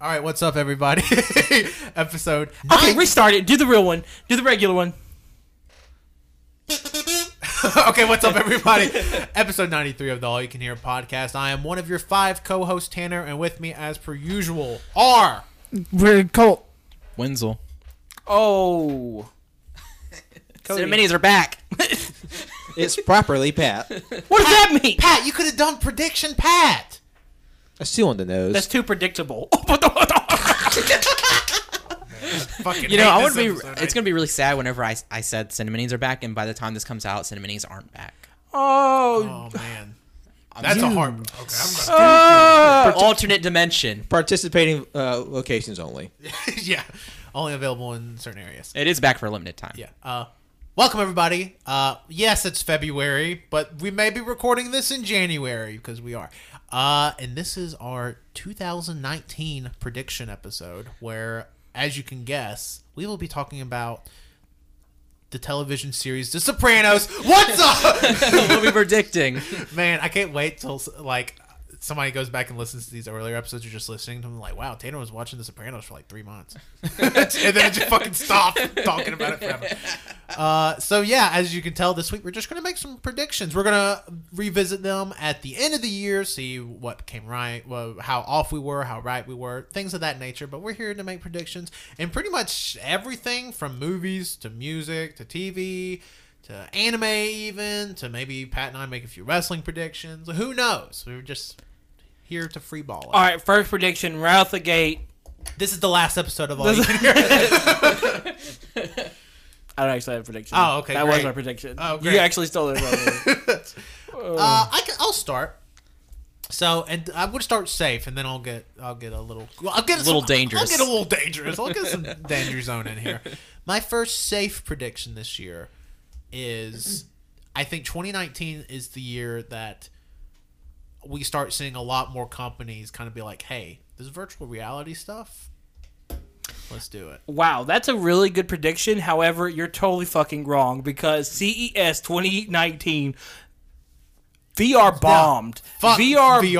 All right, what's up, everybody? Episode. Okay, restart it. Do the real one. Do the regular one. okay, what's up, everybody? Episode 93 of the All You Can Hear podcast. I am one of your five co hosts, Tanner, and with me, as per usual, are. We're Colt. Wenzel. Oh. Cody. minis are back. It's properly Pat. what does that mean? Pat, you could have done prediction, Pat. That's two on the nose. That's too predictable. Fucking You know, hate I would this be. episode. It's gonna be really sad whenever I, I said cinnamonies are back, and by the time this comes out, cinnamonies aren't back. oh. Oh, man. That's a hard. Okay, I'm gonna. Oh, alternate dimension. Participating uh, locations only. yeah. Only available in certain areas. It is back for a limited time. Yeah. Uh, welcome everybody. Uh, yes, it's February, but we may be recording this in January because we are. Uh, and this is our 2019 prediction episode, where, as you can guess, we will be talking about the television series The Sopranos. What's up, we'll be predicting. man? I can't wait till like. Somebody goes back and listens to these earlier episodes. You're just listening to them, like, "Wow, Tanner was watching The Sopranos for like three months," and then it just fucking stopped talking about it forever. Uh, so yeah, as you can tell, this week we're just gonna make some predictions. We're gonna revisit them at the end of the year, see what came right, well, how off we were, how right we were, things of that nature. But we're here to make predictions and pretty much everything from movies to music to TV to anime, even to maybe Pat and I make a few wrestling predictions. Who knows? We are just here to free ball. it. All right, first prediction right out the gate. This is the last episode of all. You This- Can Hear. I don't actually have a prediction. Oh, okay, That was great. my prediction. Oh, You great. actually stole it from me. Uh, I can, I'll start. So, and I would start safe, and then I'll get I'll get a little well, I'll get A little some- dangerous. I'll get a little dangerous. I'll get some danger zone in here. My first safe prediction this year is, I think 2019 is the year that we start seeing a lot more companies kind of be like, hey, this virtual reality stuff, let's do it. wow, that's a really good prediction. However, you're totally fucking wrong because E CES 2019 VR bombed. Fuck VR, VR.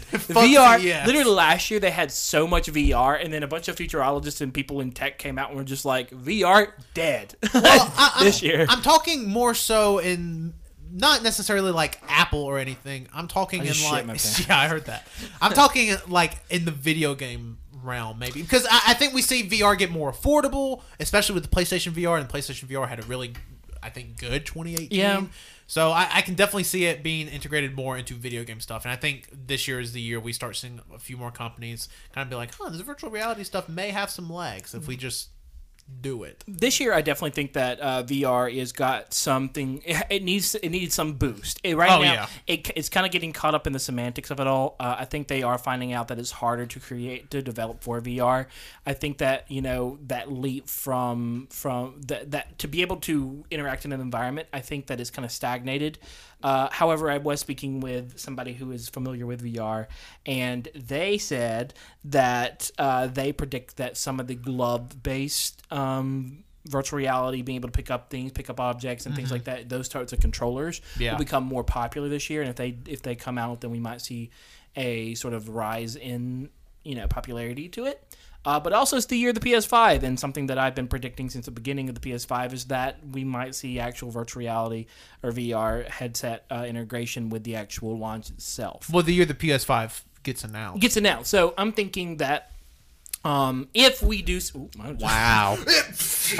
Fuck E VR. CES. Literally last year they had so much VR, and then a bunch of futurologists and people in tech came out and were just like, VR dead. I- I'm- this year. I'm talking more so in not necessarily like Apple or anything. I'm talking Oh, in just like shit my pants. yeah, I heard that. I'm talking like in the video game realm maybe because I, I think we see VR get more affordable, especially with the PlayStation VR and PlayStation VR had a really I think good 2018. Yeah. So I, I can definitely see it being integrated more into video game stuff, and I think this year is the year we start seeing a few more companies kind of be like, "Huh, this virtual reality stuff may have some legs if we Mm-hmm. just do it." this year I definitely think that uh, VR is got something. It, it needs it needs some boost. It- right Oh, now, yeah. it, it's kind of getting caught up in the semantics of it all. Uh, I think they are finding out that it's harder to create to develop for VR. I think that you know that leap from from that that to be able to interact in an environment. I think that is kind of stagnated. Uh, however, I was speaking with somebody who is familiar with VR, and they said that uh, they predict that some of the glove based um, virtual reality, being able to pick up things, pick up objects, and things like that, those types of controllers Yeah. will become more popular this year. And if they if they come out, then we might see a sort of rise in you know popularity to it. Uh, but also, it's the year of the PS5, and something that I've been predicting since the beginning of the PS5 is that we might see actual virtual reality or VR headset uh, integration with the actual launch itself Well, the year the PS5 gets announced. gets announced. So I'm thinking that um, if we do, s- ooh, I just- Wow.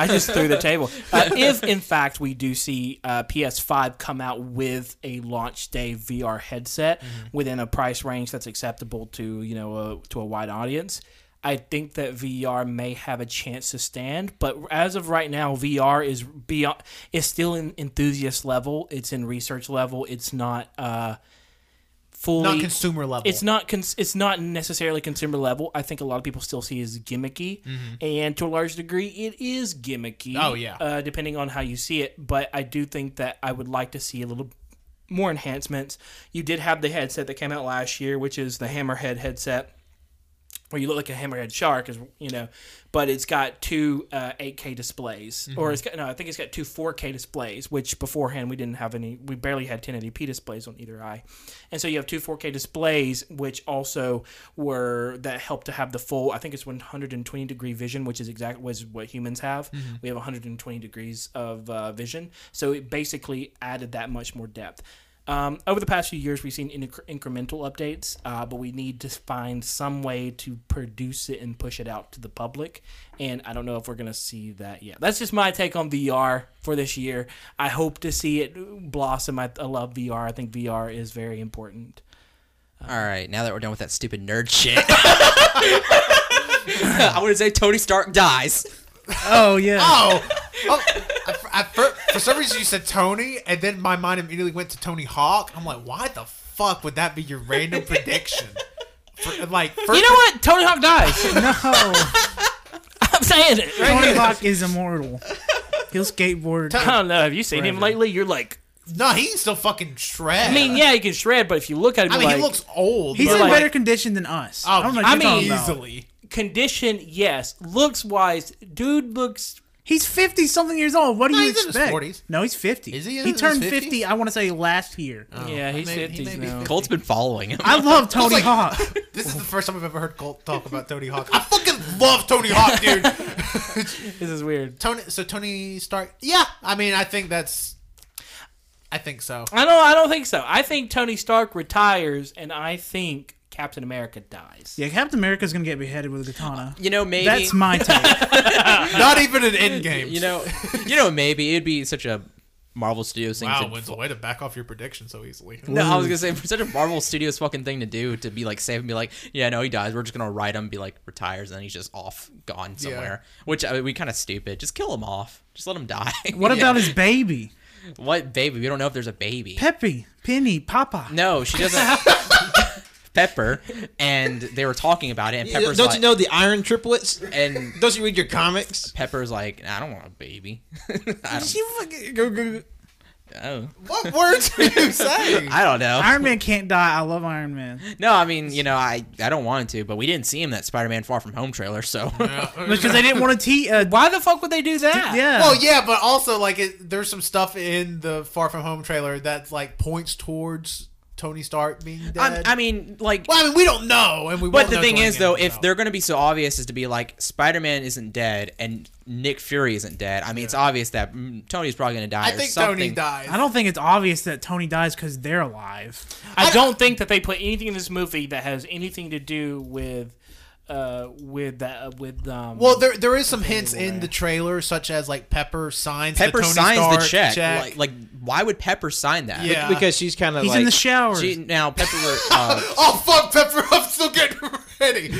I just threw the table. Uh, if, in fact, we do see uh, PS5 come out with a launch day VR headset Mm-hmm. within a price range that's acceptable to you know a, to a wide audience, I think that VR may have a chance to stand. But as of right now, VR is beyond is still in enthusiast level. It's in research level. It's not. Uh, Fully, not consumer level. it's not cons- it's not necessarily consumer level. I think a lot of people still see it as gimmicky, and to a large degree, it is gimmicky. Mm-hmm. Oh, yeah. uh, depending on how you see it. But I do think that I would like to see a little more enhancements. You did have the headset that came out last year, which is the Hammerhead headset where you look like a hammerhead shark is you know but it's got two uh, 8k displays or it's got no i think it's got two 4k displays which beforehand we didn't have any we barely had 1080p displays on either eye and so you have two 4k displays which also were that help to have the full i think it's 120 degree vision which is exactly was what humans have we have 120 degrees of uh, vision so it basically added that much more depth um, over the past few years, we've seen incre- incremental updates, uh, but we need to find some way to produce it and push it out to the public. And I don't know if we're going to see that yet. That's just my take on VR for this year. I hope to see it blossom. I, I love VR. I think VR is very important. All right, now that we're done with that stupid nerd shit, I want to say Tony Stark dies. Oh yeah. Oh, oh I, I, for, for some reason you said Tony, and then my mind immediately went to Tony Hawk. I'm like, why the fuck would that be your random prediction? For, like, first You know what? Tony Hawk dies. No. Oh, I'm saying it. Right? Tony Hawk is immortal. He'll skateboard. I don't know. Have you seen him lately? You're like, No, he's still fucking shred. I mean, yeah, he can shred, but if you look at him, I mean, you're like, he looks old. He's but in like, better condition than us. oh, I don't know. What I you're mean, talking about. easily. condition, yes. Looks wise, dude looks He's fifty something years old. What do No, you he's in his expect? 40s. No, he's fifty. Is he in He his turned 50? fifty. I want to say last year. Yeah, he's Oh, may- he 50s may be now. 50. Colt's been following him. I love Tony like- Hawk. This is the first time I've ever heard Colt talk about Tony Hawk. I fucking love Tony Hawk, dude. This is weird. Tony, so Tony Stark. Yeah, I mean, I think that's. I think so. I don't. I don't think so. I think Tony Stark retires, and I think Captain America dies. Yeah, Captain America's gonna get beheaded with a katana. You know, maybe That's my take. Not even an end game. You know, you know, maybe it'd be such a Marvel Studios thing. Wow, to, Winslow, way to back off your prediction so easily. no, I was gonna say such a Marvel Studios fucking thing to do to be like safe and be like, yeah, no, he dies. We're just gonna write him, be like retires, and then he's just off, gone somewhere. Which I mean, we kind of stupid. Just kill him off. Just let him die. What about his baby, what baby? We don't know if there's a baby. Peppy, Penny, Papa? no, she doesn't. Pepper, and they were talking about it, and Pepper's Don't like, you know the Iron Triplets? and Don't you read your comics? Pepper's like, I don't want a baby. I don't, You fucking go go. go. oh, What words are you saying? I don't know. Iron Man can't die. I love Iron Man. No, I mean, you know, I, I don't want to, but we didn't see him in that Spider-Man Far From Home trailer, so Because they didn't want to te- uh, Why the fuck would they do that? Yeah. Well, yeah, but also like it, there's some stuff in the Far From Home trailer that like points towards Tony Stark being I, dead. I mean, like, well, I mean, we don't know, and we. but won't the know thing till is, Endgame though, comes if out. they're going to be so obvious as to be like Spider-Man isn't dead and Nick Fury isn't dead, I mean, it's obvious that mm, Tony's probably going to die I or think something. Tony dies. I don't think it's obvious that Tony dies because they're alive. I don't think that they put anything in this movie that has anything to do with, uh, with that, uh, with um. Well, there there is some hints in the trailer, such as like Pepper signs. Pepper the Tony signs Stark the check. Like, like, why would Pepper sign that? yeah. Because she's kind of He's like in the shower. She, now Pepper, uh, oh fuck, Pepper! I'm still getting ready.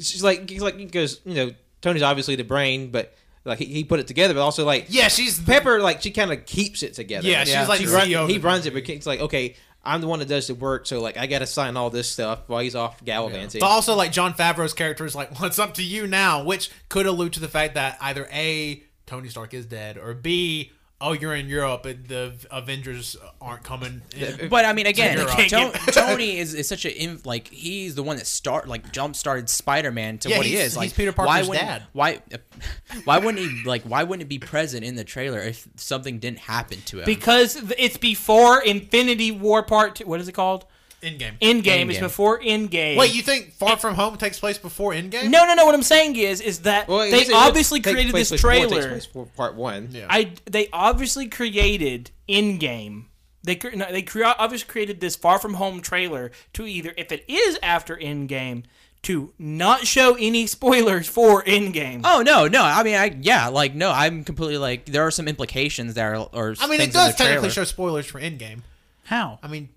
she's like he's like because you know Tony's obviously the brain, but like he, he put it together, but also like yeah, she's Pepper like she kind of keeps it together. Yeah, she's like She the run- CEO he of the runs it, but it's like okay, I'm the one that does the work, so like I got to sign all this stuff while he's off gallivanting. But also, like John Favreau's character is like, "Well, it's up to you now," which could allude to the fact that either a Tony Stark is dead, or b oh you're in Europe and the Avengers aren't coming. In. but I mean, again, You're Tony, right. Tony is, is such a in- like he's the one that start like jump started Spider Man to Yeah, what he he's- is. Like he's Peter why Parker's wouldn't, dad. Why why wouldn't he like why wouldn't it be present in the trailer if something didn't happen to him? because th- it's before Infinity War Part Two. What is it called? in game. Endgame. It's Endgame. before Endgame. Wait, you think Far From Home takes place before Endgame? No, no, no. What I'm saying is, is that Well, I guess they it would obviously take created place this before it takes trailer. place for part one. Yeah. I they obviously created in game. They cre- no, they cre- obviously created this Far From Home trailer to either if it is after in game to not show any spoilers for in game. Oh no, no. I mean, I yeah, like no. I'm completely like there are some implications there, or I mean things in it does the technically trailer. show spoilers for Endgame. How? I mean,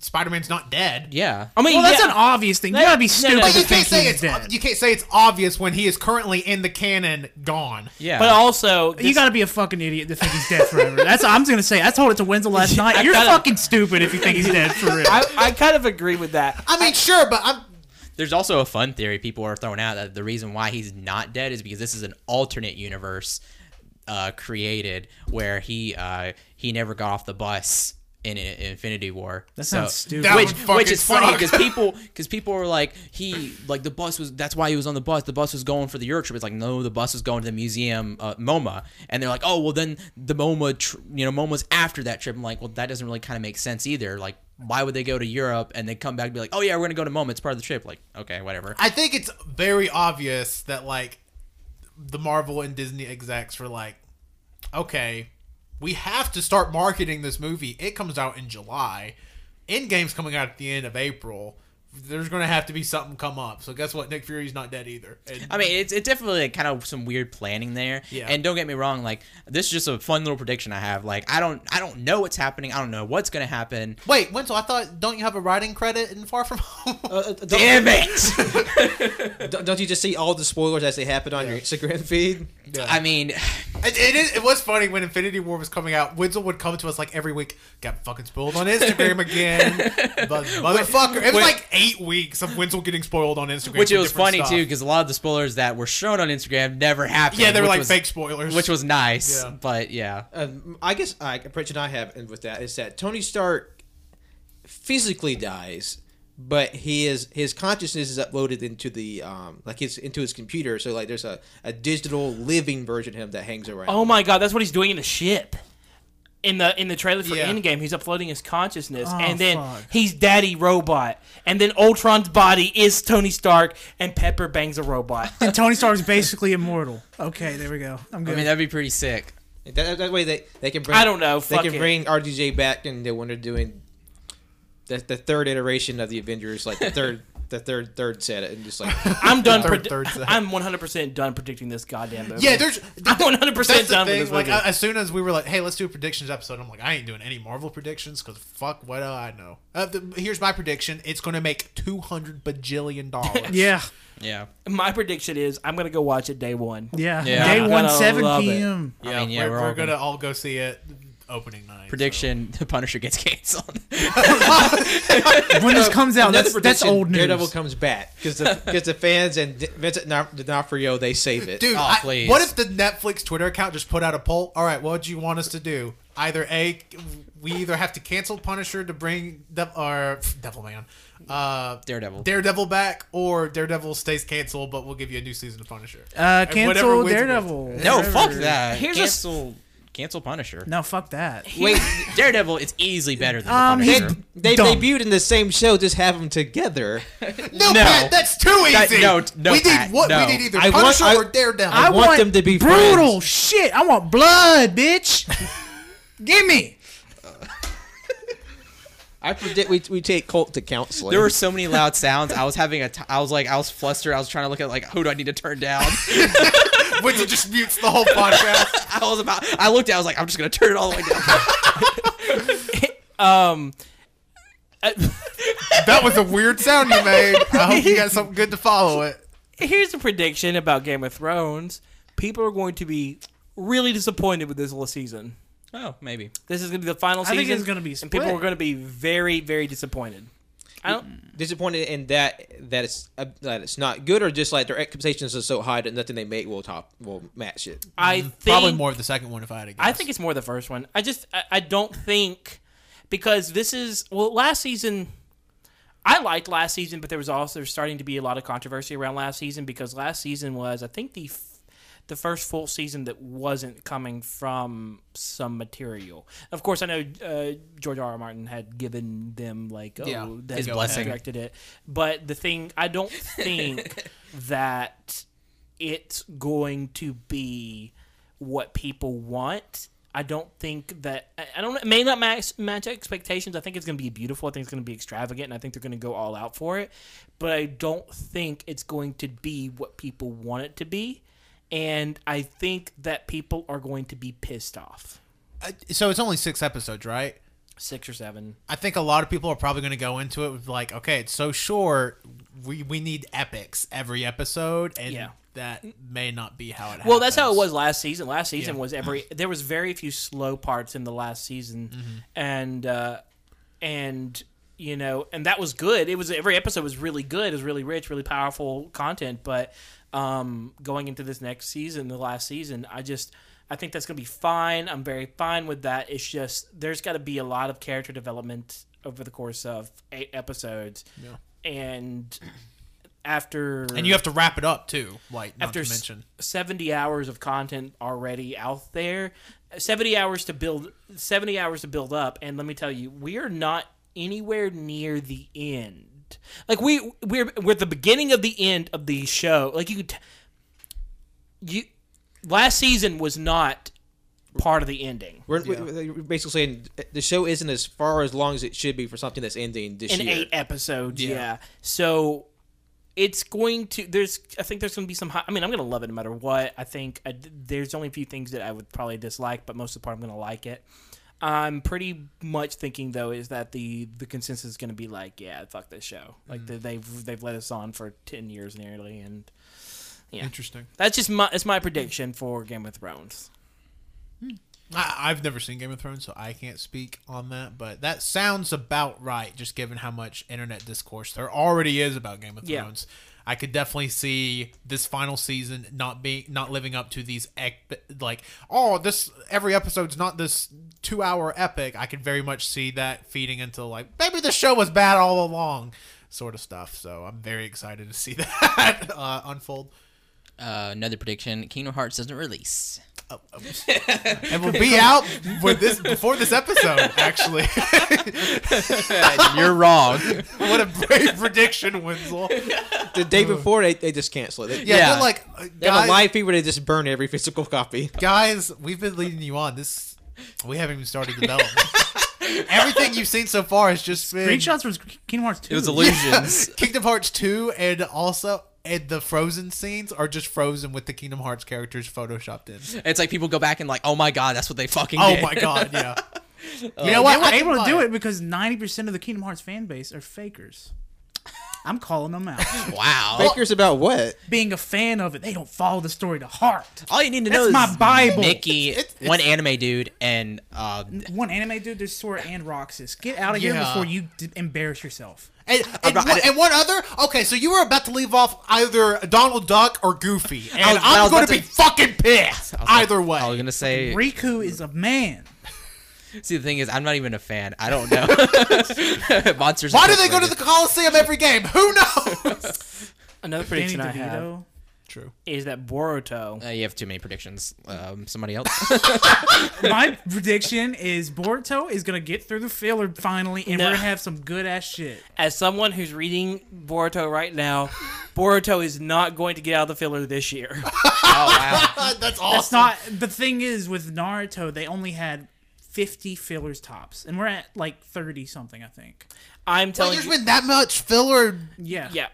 Spider-Man's not dead. Yeah, I mean, Well, that's yeah, an obvious thing. You No, gotta be no, stupid no. But to you think can't say he's it's dead. you can't say it's obvious when he is currently in the canon, gone. yeah. but also this, you gotta be a fucking idiot to think he's dead forever. That's I'm just gonna say. I told it to Wenzel last night. You're gotta- fucking stupid if you think he's dead for real. I, I kind of agree with that. I mean, sure, but I'm there's also a fun theory people are throwing out that the reason why he's not dead is because this is an alternate universe uh, created where he uh, he never got off the bus in I- Infinity War. That sounds stupid. That which, would fucking which is funny suck. because people because people were like he like the bus was that's why he was on the bus the bus was going for the Europe trip it's like no the bus was going to the museum uh, MoMA and they're like oh well then the MoMA tr- you know MoMA's after that trip I'm like well that doesn't really kind of make sense either like why would they go to Europe and then come back and be like oh yeah we're gonna go to MoMA it's part of the trip like okay whatever I think it's very obvious that like the Marvel and Disney execs were like, okay, we have to start marketing this movie. It comes out in July. Endgame's coming out at the end of April. There's going to have to be something come up. So guess what? Nick Fury's not dead either. And- I mean, it's, it's definitely like kind of some weird planning there. Yeah. And don't get me wrong, like this is just a fun little prediction I have. Like I don't I don't know what's happening. I don't know what's gonna happen. Wait, Wenzel, I thought don't you have a writing credit in Far From Home? Damn it! Uh, Don't, don't you just see all the spoilers as they happen on your Instagram feed? I mean, It, it, is, it was funny when Infinity War was coming out. Wenzel would come to us like every week. Got fucking spoiled on Instagram again, But motherfucker. It was When- like eight weeks of Wenzel getting spoiled on Instagram, which for it was different funny stuff. too because a lot of the spoilers that were shown on Instagram never happened. Yeah, they were which like was- fake spoilers. which was nice. Yeah. But yeah, Um, I guess I, a prediction I have with that is that Tony Stark physically dies, but he is his consciousness is uploaded into the um like his into his computer. So like there's a, a digital living version of him that hangs around. Oh my god, that's what he's doing in the ship. In the in the trailer for Yeah. Endgame, he's uploading his consciousness, Oh, and then fuck. he's Daddy Robot, and then Ultron's body is Tony Stark, and Pepper bangs a robot. And Tony Stark's basically immortal. Okay, there we go. I'm good. I mean that'd be pretty sick. That, that way they, they can bring I don't know, they fuck can it. bring RDJ back and they when they're doing the, the third iteration of the Avengers like the third the third third set and just like I'm done. Third- predi- third set. I'm 100 percent done predicting this goddamn movie. yeah, there's. I'm 100 percent That's the done thing. with this Like movie. I, as soon as we were like, "Hey, let's do a predictions episode," I'm like, "I ain't doing any Marvel predictions because fuck, what do I know?" Uh, the, here's my prediction: It's going to make two hundred bajillion dollars. yeah, Yeah. My prediction is I'm gonna go watch it day one. yeah. Yeah. Day I'm one, gonna seven love it. p.m. I mean, yeah, we're, we're, we're all gonna, gonna. all go see it opening night. so- Prediction: The Punisher gets canceled. When this comes out, Another that's, that's prediction, old news. Daredevil comes back because the, 'cause the fans and D- Vincent Na- D'Onofrio they save it. Uh, Dude, Oh, I- please. what if the Netflix Twitter account just put out a poll? All right, what do you want us to do? Either a, we either have to cancel Punisher to bring De- or Devil Man, uh, Daredevil. Daredevil back, or Daredevil stays canceled, but we'll give you a new season of Punisher. Uh, And whatever cancel wins, Daredevil. no, Whatever. fuck that. Here's a- cancel. Cancel Punisher. No, fuck that. Wait, Daredevil is easily better than the Um, They, Punisher. they Dumb. debuted in the same show, just have them together. wins. No, Pat, that's too easy. That- no, no, we need Pat, what no. we need either I want- Punisher I- or Daredevil. I I want want them to be brutal friends. shit. I want blood, bitch. Give me. I predict we, we take Colt to counseling. There were so many loud sounds. I was having a. T- I was like, I was flustered. I was trying to look at like, who do I need to turn down? Winston just mutes the whole podcast. I was about. I looked at. I was like, I'm just gonna turn it all the way down. Um, uh, that was a weird sound you made. I hope you got something good to follow it. here's a prediction about Game of Thrones. People are going to be really disappointed with this whole season. oh, maybe. This is going to be the final I season. think it's gonna be and people split. are going to be very, very disappointed. I don't. disappointed in that that it's uh, that it's not good, or just like their expectations are so high that nothing they make will top will match it. I think Probably more of the second one if I had to guess. I think it's more the first one. I just I, I don't think because this is well last season. I liked last season, but there was also starting to be a lot of controversy around last season because last season was I think the f- the first full season that wasn't coming from some material. Of course, I know uh, George R. R. Martin had given them like oh Yeah, that his blessing. directed it, but the thing I don't think that it's going to be what people want. I don't think that I- I don't it may not match match expectations. I think it's going to be beautiful. I think it's going to be extravagant, and I think they're going to go all out for it. But I don't think it's going to be what people want it to be, and I think that people are going to be pissed off. Uh, so. It's only six episodes, right? Six or seven. I think a lot of people are probably going to go into it with like, okay, it's so short. We we need epics every episode, and Yeah. that may not be how it. Well, that's how happens. it was last season. Last season Yeah. was every there was very few slow parts in the last season, Mm-hmm. and uh, and you know, and that was good. It was every episode was really good. It was really rich, really powerful content. But um, going into this next season, the last season, I just. I think that's going to be fine. I'm very fine with that. It's just there's got to be a lot of character development over the course of eight episodes, Yeah. and after and you have to wrap it up too. Like not after to s- mention 70 hours of content already out there 70 hours to build 70 hours to build up and let me tell you we are not anywhere near the end like we we're we're at the beginning of the end of the show like you could t- you last season was not part of the ending We're, we're basically saying the show isn't as far as long as it should be for something that's ending this in year. eight episodes. Yeah. So it's going to there's I think there's going to be some high, I mean I'm going to love it no matter what. I think I, there's only a few things that I would probably dislike, but most of the part I'm going to like it. I'm pretty much thinking though is that the the consensus is going to be like yeah fuck this show like they, they've they've let us on for ten years nearly and yeah. interesting. that's just my it's my prediction for Game of Thrones. I, I've never seen Game of Thrones, so I can't speak on that. But that sounds about right, just given how much internet discourse there already is about Game of Yeah. Thrones. I could definitely see this final season not being not living up to these ec- like oh this every episode's not this two hour epic. I could very much see that feeding into like maybe the show was bad all along sort of stuff. So I'm very excited to see that uh, unfold. Uh, another prediction: Kingdom Hearts doesn't release. and will be out with this before this episode. Actually, You're wrong. what a brave prediction, Winslow. The day before, they, they just cancel it. Yeah, Yeah. they're like uh, They have guys, a live feed where they just burn every physical copy. guys, we've been leading you on. This we haven't even started development. Everything you've seen so far has just been Screenshots from Kingdom Hearts 2. It was illusions. Kingdom Hearts two, and also. And the frozen scenes are just frozen with the Kingdom Hearts characters photoshopped in. It's like people go back and like, oh my god, that's what they fucking. Oh did. my god, yeah. you They know were what? I able can to do buy it because 90% of the Kingdom Hearts fan base are fakers. I'm calling them out. Wow. Baker's about what? Being a fan of it, they don't follow the story to heart. All you need to That's know is my Bible. Mickey, one anime dude, and uh, One anime dude, there's Sora and Roxas. Get out of here Yeah. before you d- embarrass yourself. And, and, not- one, and one other? Okay, so you were about to leave off either Donald Duck or Goofy, and was- I I'm was going to about be to- fucking pissed either way. oh, I was gonna say. Riku is a man. See, the thing is, I'm not even a fan. I don't know. Monsters. Why do they go to the Coliseum every game? Who knows? Another Danny prediction I have DeVito. True. is that Boruto Uh, you have too many predictions. Um, somebody else. My prediction is Boruto is gonna get through the filler finally, and No. we're gonna have some good ass shit. as someone who's reading Boruto right now, Boruto is not going to get out of the filler this year. oh wow. That's That's awesome. not the thing. Is with Naruto, they only had fifty fillers tops, and we're at like thirty something, I think. I'm Like, telling there's you, been that much filler, Yeah, yeah,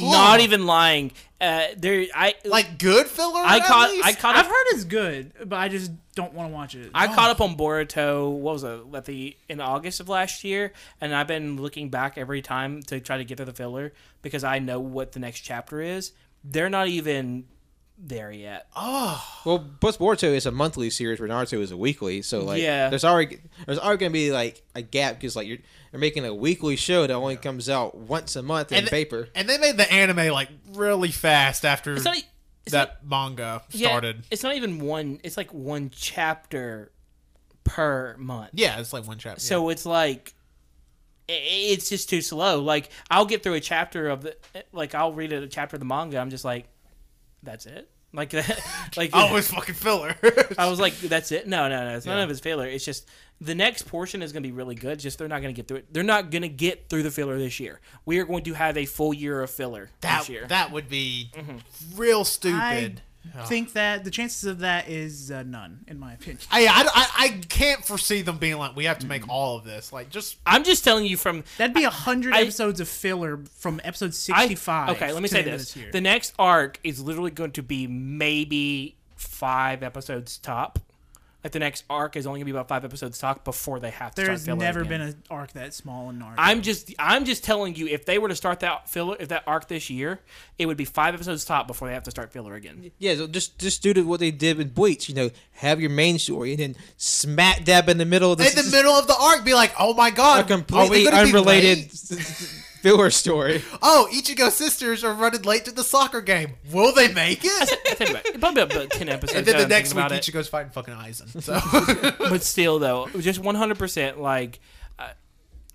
not even lying. Uh, there, I like. like good filler. I at caught. least? I caught. I've Up, heard it's good, but I just don't want to watch it. I caught up on Boruto. What was it? At the in August of last year, and I've been looking back every time to try to get to the filler because I know what the next chapter is. They're not even there yet. Well, plus Boruto is a monthly series, where Naruto is a weekly. So like, Yeah. there's already there's already gonna be like a gap because like you're they're making a weekly show that only comes out once a month in and, paper. and they made the anime like really fast after It's not. e- It's not that manga Yeah, started. It's not even one. It's like one chapter per month. Yeah, it's like one chapter. yeah. So it's like i- it's just too slow. Like I'll get through a chapter of the like I'll read a chapter of the manga. I'm just like, that's it. Like like oh, it's fucking filler. I was like, that's it. No, no, no. It's none of his failure. It's just the next portion is going to be really good. Just they're not going to get through it. They're not going to get through the filler this year. We are going to have a full year of filler that this year. Mm-hmm. that would be real stupid. I think that the chances of that is uh, none, in my opinion. I, I, I, I can't foresee them being like, we have to Mm-hmm. make all of this. Like, just I'm just telling you from That'd be a hundred I- episodes of filler from I- episode sixty-five. okay, let me to say the end of this. year. the next arc is literally going to be maybe five episodes top. Like the next arc is only going to be about five episodes top before they have to There's start filler never again. been an arc that small in Naruto. I'm just I'm just telling you if they were to start that filler if that arc this year, it would be five episodes top before they have to start filler again. Yeah, so just just do to what they did with Bleach. You know, have your main story and then smack dab in the middle of in this the middle of the arc, be like, oh my god, a completely unrelated filler story. Oh, Ichigo sisters are running late to the soccer game. Will they make it? Think about it. Probably about ten episodes. and then now the I'm thinking next week, about it. Ichigo's fighting fucking Aizen. So but still, though, just one hundred percent. Like uh,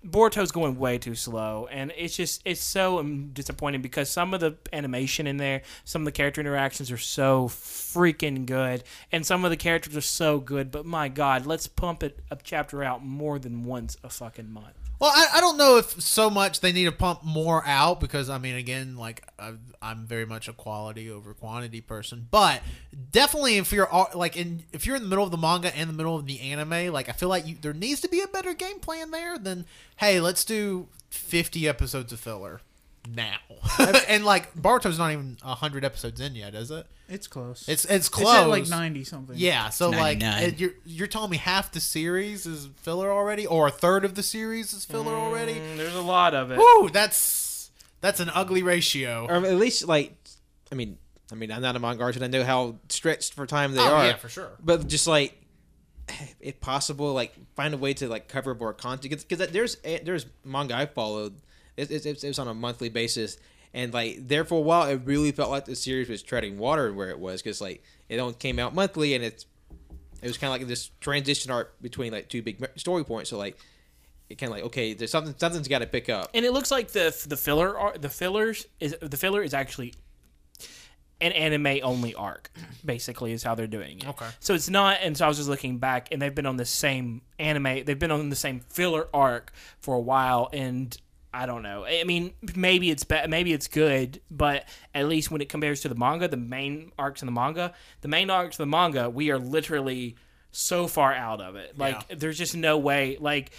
Boruto's going way too slow, and it's just it's so um, disappointing because some of the animation in there, some of the character interactions are so freaking good, and some of the characters are so good. But my god, let's pump it a chapter out more than once a fucking month. Well, I, I don't know if so much they need to pump more out because I mean, again, like I, I'm very much a quality over quantity person, but definitely if you're all- like in if you're in the middle of the manga and the middle of the anime, like I feel like you, there needs to be a better game plan there than hey, let's do 50 episodes of filler now, and like Barto's not even 100 episodes in yet, is it? It's close. It's it's It's close. at like ninety something. Yeah, so It's like 99. it- you're you're telling me half the series is filler already, or a third of the series is filler already. Mm, there's a lot of it. Woo, that's that's an ugly ratio. or at least like I mean I mean I'm not a manga artist and I know how stretched for time they Oh, are. yeah, for sure. But just like if possible, like find a way to like cover more content because there's eh, there's manga I followed. It, it, it, was on a monthly basis, and like there for a while, it really felt like the series was treading water where it was because like it only came out monthly, and it's it was kind of like this transition arc between like two big story points. So like it kind of like okay, there's something something's got to pick up. and it looks like the the filler ar- the fillers is the filler is actually an anime only arc basically is how they're doing it. Okay. So it's not and so I was just looking back and they've been on the same anime they've been on the same filler arc for a while and I don't know. I mean, maybe it's be- maybe it's good, but at least when it compares to the manga, the main arcs in the manga, the main arcs of the manga, we are literally so far out of it. Like there's just no way. Like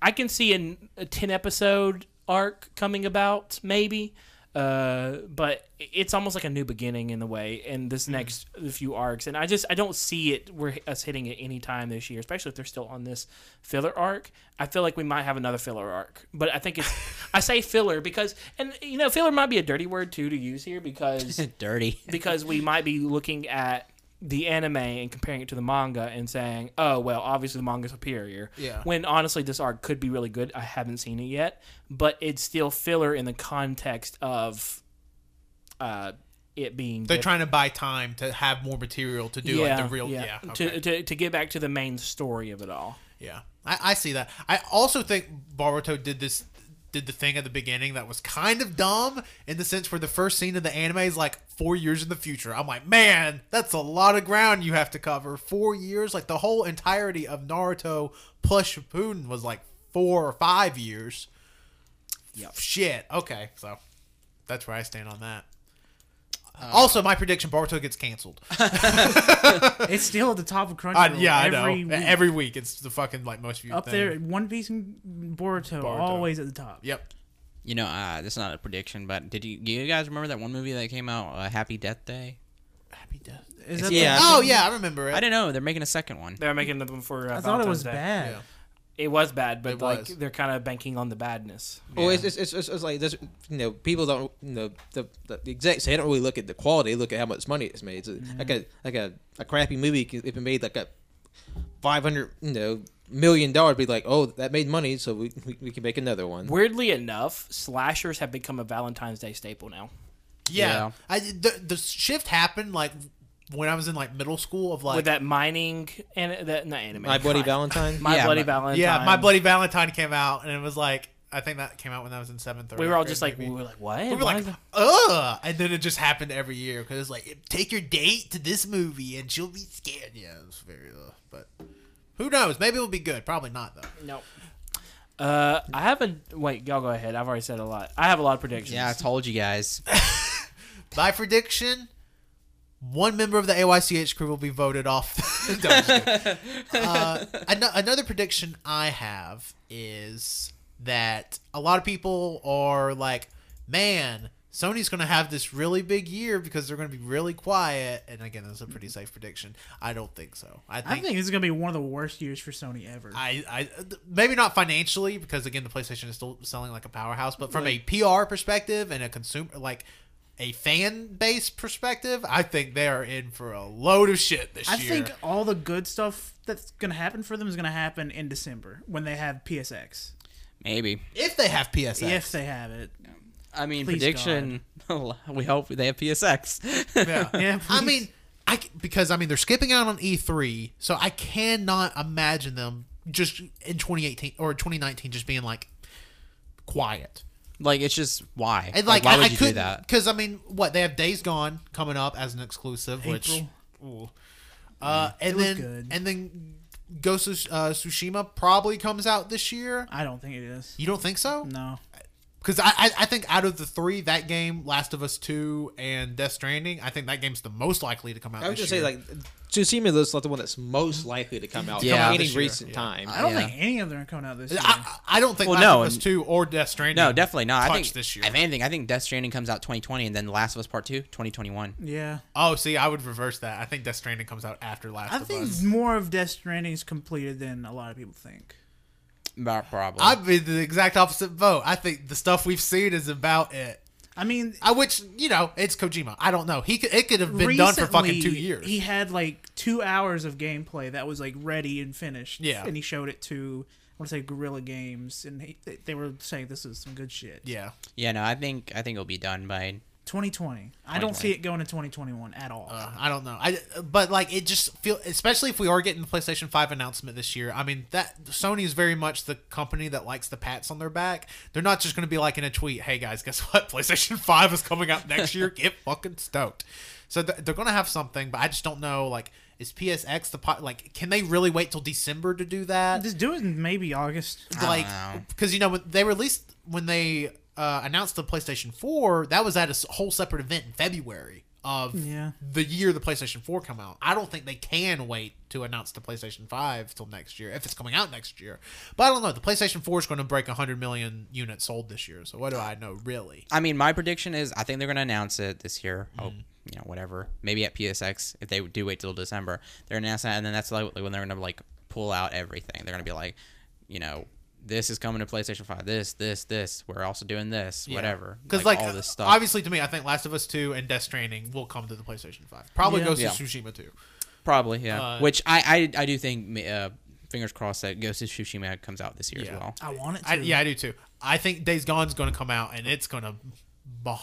I can see an, a ten episode arc coming about, maybe. Uh, but it's almost like a new beginning in the way in this next few arcs, and I just I don't see it we're us hitting it any time this year, especially if they're still on this filler arc. I feel like we might have another filler arc, but I think it's I say filler because and you know filler might be a dirty word too to use here because Dirty. because we might be looking at the anime and comparing it to the manga and saying, "Oh, well, obviously the manga's superior." Yeah. When honestly, this arc could be really good. I haven't seen it yet, but it's still filler in the context of uh, it being They're diff- trying to buy time to have more material to do like the real yeah. okay. To, to to get back to the main story of it all. Yeah, I, I see that. I also think Boruto did this did the thing at the beginning that was kind of dumb in the sense where the first scene of the anime is like four years in the future. I'm like, man, that's a lot of ground you have to cover. Four years, like the whole entirety of Naruto plus Shippuden was like four or five years. Yep. Shit. Okay, so that's where I stand on that. Uh, also, my prediction: Boruto gets canceled. It's still at the top of Crunchyroll. I, yeah, I know. E-, every week. Every week, it's the fucking like most viewed up thing. there, One Piece and Boruto, Boruto. always at the top. Yep. You know, uh, that's not a prediction, but did you, do you guys remember that one movie that came out, uh, Happy Death Day? Happy death. Is that Yeah. the- Oh yeah, I remember it. I don't know. They're making a second one. They're making another one for. Uh, I thought it Valentine's was Day. bad. Yeah. It was bad, but It like was. they're kind of banking on the badness. Well, it's, it's, it's, it's, it's like this, you know, people don't you know the the, the execs. They don't really look at the quality. They look at how much money it's made. It's a- like a like a, a crappy movie. c- If it made like a five hundred you know million dollars, be like, oh, that made money, so we, we, we can make another one. Weirdly enough, slashers have become a Valentine's Day staple now. Yeah. Yeah. I the the shift happened like when I was in like middle school of like with that mining and that not anime. My buddy God. Valentine. My Yeah, bloody my- Valentine. yeah, my bloody Valentine came out and it was like I think that came out when I was in seventh or We eighth were all grade, just like maybe. we were like what? we were Why like, is that- ugh, and then it just happened every year because it's like take your date to this movie and she'll be scared. Yeah, it was very, ugh, but who knows? Maybe it'll be good. Probably not though. no. Uh, I haven't. Wait, y'all go ahead. I've already said a lot. I have a lot of predictions. Yeah, I told you guys. By prediction, one member of the AYCH crew will be voted off. No, I'm just kidding. uh, ano- another prediction I have is that a lot of people are like, man, Sony's going to have this really big year because they're going to be really quiet. And again, that's a pretty safe prediction. I don't think so. I I think. I think this is gonna be one of the worst years for Sony ever. I, th- maybe not financially because again the PlayStation is still selling like a powerhouse, but from a PR perspective and a consumer like a fan base perspective, I think they are in for a load of shit this I year. think all the good stuff that's gonna happen for them is gonna happen in December when they have PSX. Maybe. If they have PSX. If they have it. I mean, Please prediction. we hope they have PSX. Yeah. Yeah, I please. mean, I c- because I mean they're skipping out on E3, so I cannot imagine them just in 2018 or 2019 just being like quiet. like it's just why? And like, why I, would I you could do that? Because I mean, what they have Days Gone coming up as an exclusive, which, April. ooh. uh, and was then good. and then Ghost of uh, Tsushima probably comes out this year. I don't think it is. You don't think so? No. Because I, I I think out of the three, that game, Last of Us Two, and Death Stranding, I think that game's the most likely to come out. I was this gonna say year. like Tsushima is like the one that's most likely to come out Yeah. in any This year, recent yeah. time. I don't Yeah. think any of them are coming out this year. I, I don't think Well, Last no, of Us and- Two or Death Stranding. No, definitely not. I touched think this year. if anything, I think Death Stranding comes out 2020, and then Last of Us Part Two 2021. yeah. Oh, see, I would reverse that. I think Death Stranding comes out after Last I of think Us. more of Death Stranding is completed than a lot of people think. About probably. I'd be the exact opposite vote. I think the stuff we've seen is about it. I mean, I, which you know, it's Kojima. I don't know. He could, it could have been done for fucking two recently, years. He had like two hours of gameplay that was like ready and finished. Yeah. and he showed it to I want to say Guerrilla Games, and he, they- they were saying this is some good shit. yeah, yeah, no, I think I think it'll be done by. 2020. I don't see it going to 2021 at all. uh, I don't know. I but like it just feel, especially if we are getting the PlayStation Five announcement this year. I mean, that Sony is very much the company that likes the pats on their back. They're not just going to be like in a tweet, "Hey guys, guess what? PlayStation Five is coming out next year. Get fucking stoked." So th- they're going to have something, but I just don't know. Like, is PSX the pot? Like, can they really wait till December to do that? Just do it in maybe August. like know. because you know when they released when they uh, announced the PlayStation 4, that was at a s- whole separate event in February of Yeah. the year the PlayStation 4 come out. I don't think they can wait to announce the PlayStation 5 till next year if it's coming out next year. But I don't know. The PlayStation 4 is going to break 100 million units sold this year. So what do I know really? I mean, my prediction is I think they're going to announce it this year. Oh, Mm. you know, whatever. Maybe at PSX if they do wait till December, they're announcing that, and then that's like when they're going to like pull out everything. They're going to be like, you know, this is coming to PlayStation Five. This, this, this. We're also doing this. Whatever. Because like, all this stuff. obviously to me, I think Last of Us 2 and Death Stranding will come to the PlayStation 5. Probably Yeah. goes to Yeah. Tsushima too. Probably, yeah. Uh, Which I, I I do think uh, fingers crossed that Ghost of Tsushima comes out this year Yeah. as well. I want it to. I, yeah, I do too. I think Days Gone's going to come out and it's going to bomb.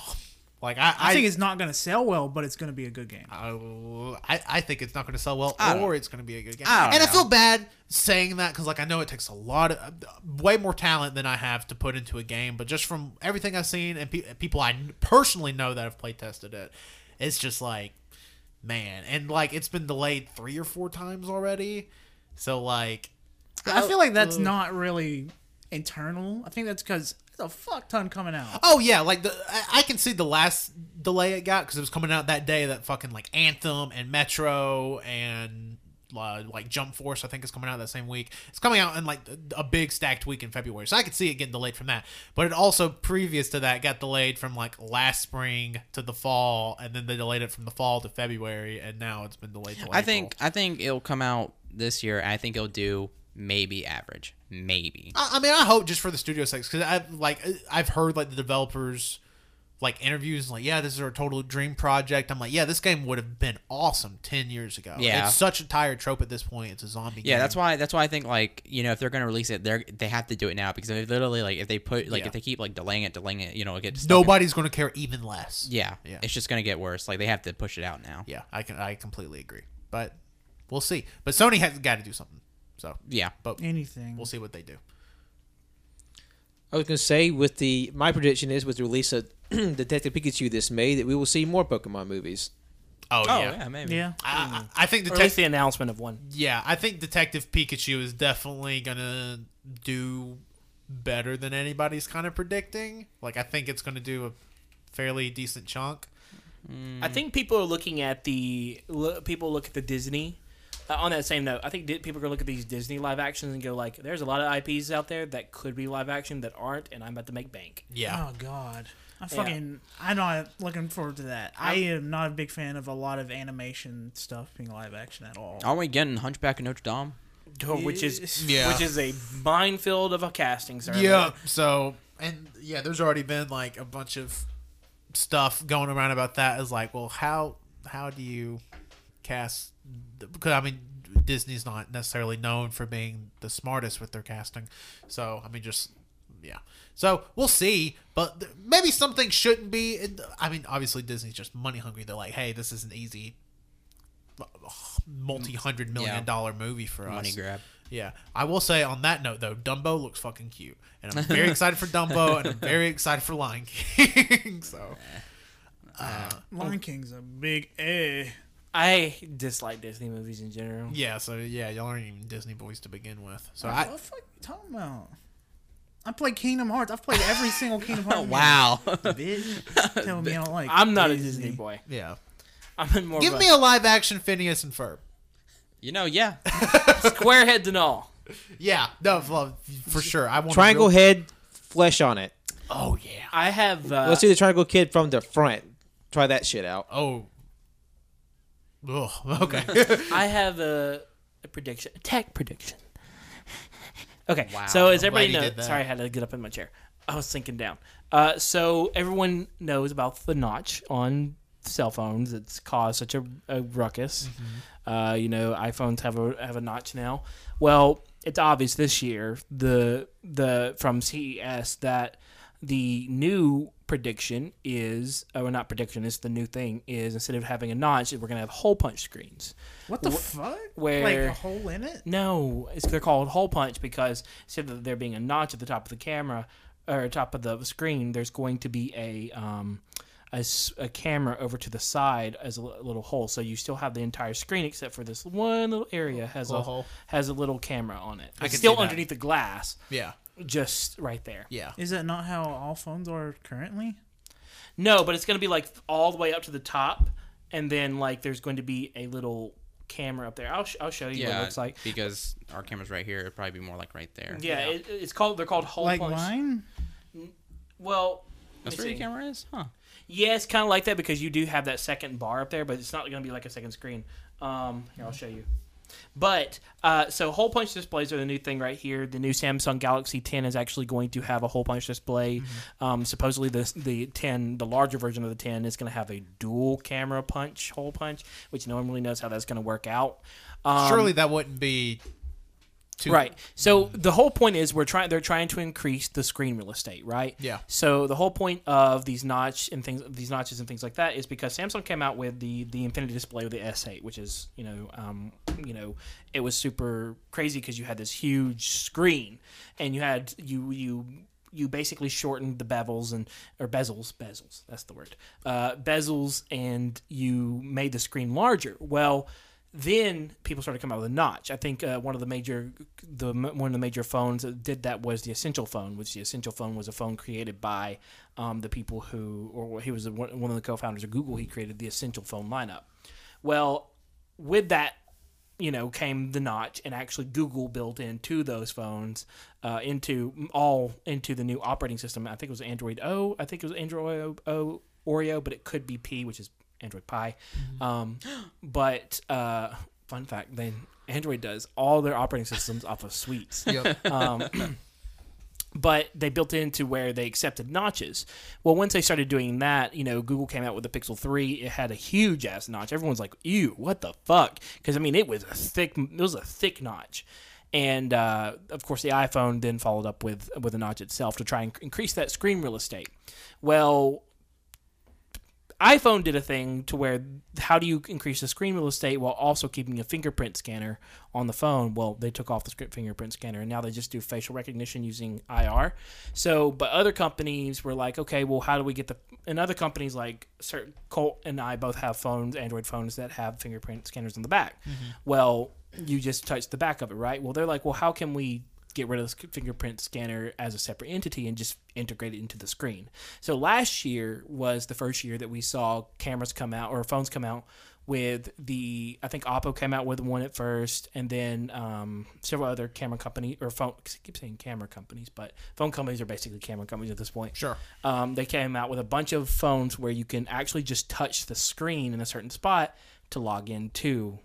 Like I, I, think it's not going to sell well, but it's going to be a good game. Oh, I, I think it's not going to sell well, I don't- or it's going to be a good game. I don't and I know. feel bad saying that because, like, I know it takes a lot of uh, way more talent than I have to put into a game, but just from everything I've seen and pe- people I kn- personally know that have play tested it, it's just like, man, and like it's been delayed three or four times already. So like, I feel like that's not really internal. I think that's because there's a fuck ton coming out. Oh yeah, like the I, I can see the last delay it got because it was coming out that day that fucking like Anthem and Metro and uh, like Jump Force I think is coming out that same week. It's coming out in like a big stacked week in February, so I could see it getting delayed from that. But it also previous to that got delayed from like last spring to the fall, and then they delayed it from the fall to February, and now it's been delayed. Till I April. think I think it'll come out this year. I think it'll do maybe average, maybe. I, I mean, I hope just for the studio sakes because I like I've heard like the developers like interviews like yeah this is our total dream project i'm like yeah this game would have been awesome 10 years ago Yeah. it's such a tired trope at this point it's a zombie Yeah, game. that's why that's why I think like you know if they're gonna release it, they're they have to do it now because they literally like if they put like Yeah. if they keep like delaying it, delaying it, you know, it gets stuck in- nobody's gonna care even less yeah, Yeah. it's just gonna get worse. Like they have to push it out now. yeah i can i completely agree but we'll see but sony has got to do something so Yeah. but Anything. we'll see what they do I was gonna say with the my prediction is with the release of Detective Pikachu this May that we will see more Pokemon movies. oh, Oh yeah, yeah, maybe. yeah. I, I I think Or at least detective the announcement of one. yeah i think detective pikachu is definitely gonna do better than anybody's kind of predicting like i think it's gonna do a fairly decent chunk I think people are looking at the lo- people look at the Disney. Uh, on that same note, I think di- people are gonna look at these Disney live actions and go like, "There's a lot of IPs out there that could be live action that aren't, and I'm about to make bank." yeah Oh God. I'm fucking. I'm not looking forward to that. I am not a big fan of a lot of animation stuff being live action at all. Aren't we getting Hunchback of Notre Dame? Oh, Which is Yeah. which is a minefield of a casting service. yeah so and yeah there's already been like a bunch of stuff going around about that is like well how how do you cast because i mean disney's not necessarily known for being the smartest with their casting so i mean just yeah. So we'll see, but th- maybe something shouldn't be. in- I mean, obviously Disney's just money hungry. They're like, hey, this is an easy, multi hundred Yeah. million dollar movie for us. Money grab. Yeah, I will say on that note though, Dumbo looks fucking cute, and I'm very excited for Dumbo, and I'm very excited for Lion King. so Lion King's a big eh. A. I dislike Disney movies in general. yeah, so yeah, y'all aren't even Disney boys to begin with. So what I, the fuck you talking about? I played Kingdom Hearts. I've played every single Kingdom Hearts. game. Wow. bitch. Tell me I don't like. I'm not a Disney boy. yeah, I'm more give of me a live action Phineas and Ferb. you know, yeah. a square heads and all. Yeah, no, well, for sure. I want a Triangle real- head, flesh on it. Oh yeah. I have. Uh, Let's do the triangle kid from the front. Try that shit out. Oh. Ugh, okay. I have a, a prediction, a tech prediction. okay, so as I'm everybody glad you did knows, that. sorry, I had to get up in my chair. I was sinking down. Uh, so everyone knows about the notch on cell phones. It's caused such a, a ruckus. Mm-hmm. Uh, you know, iPhones have a have a notch now. Well, it's obvious this year the the from CES that the new prediction is, or not prediction, it's the new thing is instead of having a notch, we're gonna have hole punch screens. What the fuck? where- like a hole in it? No, it's they're called hole punch because instead of there being a notch at the top of the camera or top of the screen, there's going to be a um, a, s- a camera over to the side as a li- little hole. So you still have the entire screen except for this one little area has a Little hole. has a little camera on it. It's can still see that. underneath the glass, yeah. just right there. Yeah. Is that not how all phones are currently? No, but it's going to be like all the way up to the top, and then like there's going to be a little camera up there. I'll sh- I'll show you what it looks like. because our camera's right here. It'd probably be more like right there. Yeah, It, it's called. They're called hole Like punch. mine? Well, that's let where your me see. camera is, huh? Yeah, it's kind of like that because you do have that second bar up there, but it's not going to be like a second screen. Um, here, I'll show you. But uh, so hole punch displays are the new thing right here. The new Samsung Galaxy 10 is actually going to have a hole punch display. Um, supposedly the the 10, the larger version of the 10, is going to have a dual camera punch hole punch, which no one really knows how that's going to work out. Um, Surely that wouldn't be too Right. So the whole point is we're trying. They're trying to increase the screen real estate, right? Yeah. So the whole point of these notch and things, these notches and things like that, is because Samsung came out with the the Infinity Display with the S8, which is you know, um, you know, it was super crazy because you had this huge screen, and you had you you you basically shortened the bevels and or bezels bezels that's the word uh, bezels and you made the screen larger well then people started coming out with a notch. I think uh, one of the major, the one of the major phones that did that was the Essential phone, which the Essential phone was a phone created by um, the people who, or he was the one one of the co-founders of Google. He created the Essential phone lineup. Well, with that, you know, came the notch, and actually Google built into those phones, uh, into all into the new operating system. I think it was Android O. I think it was Android O, o Oreo, but it could be P, which is Android Pie. Um, but uh, fun fact, then Android does all their operating systems off of suites Yep. but they built into where they accepted notches. Well, once they started doing that, you know, Google came out with the Pixel 3. It had a huge ass notch. Everyone's like, "Ew, what the fuck?" Because I mean, it was a thick, it was a thick notch. And uh, of course, the iPhone then followed up with with a notch itself to try and increase that screen real estate. Well, iPhone did a thing to where how do you increase the screen real estate while also keeping a fingerprint scanner on the phone? Well, they took off the script fingerprint scanner and now they just do facial recognition using IR. So, but other companies were like, okay, well, how do we get the? And other companies like Sir Colt and I both have phones, Android phones that have fingerprint scanners on the back. Well, you just touch the back of it, right? Well, they're like, well, how can we get rid of the sc- fingerprint scanner as a separate entity and just integrate it into the screen. So last year was the first year that we saw cameras come out or phones come out with the I think Oppo came out with one at first and then um, several other camera company or phone I keep saying camera companies but phone companies are basically camera companies at this point. Sure. Um, they came out with a bunch of phones where you can actually just touch the screen in a certain spot to log into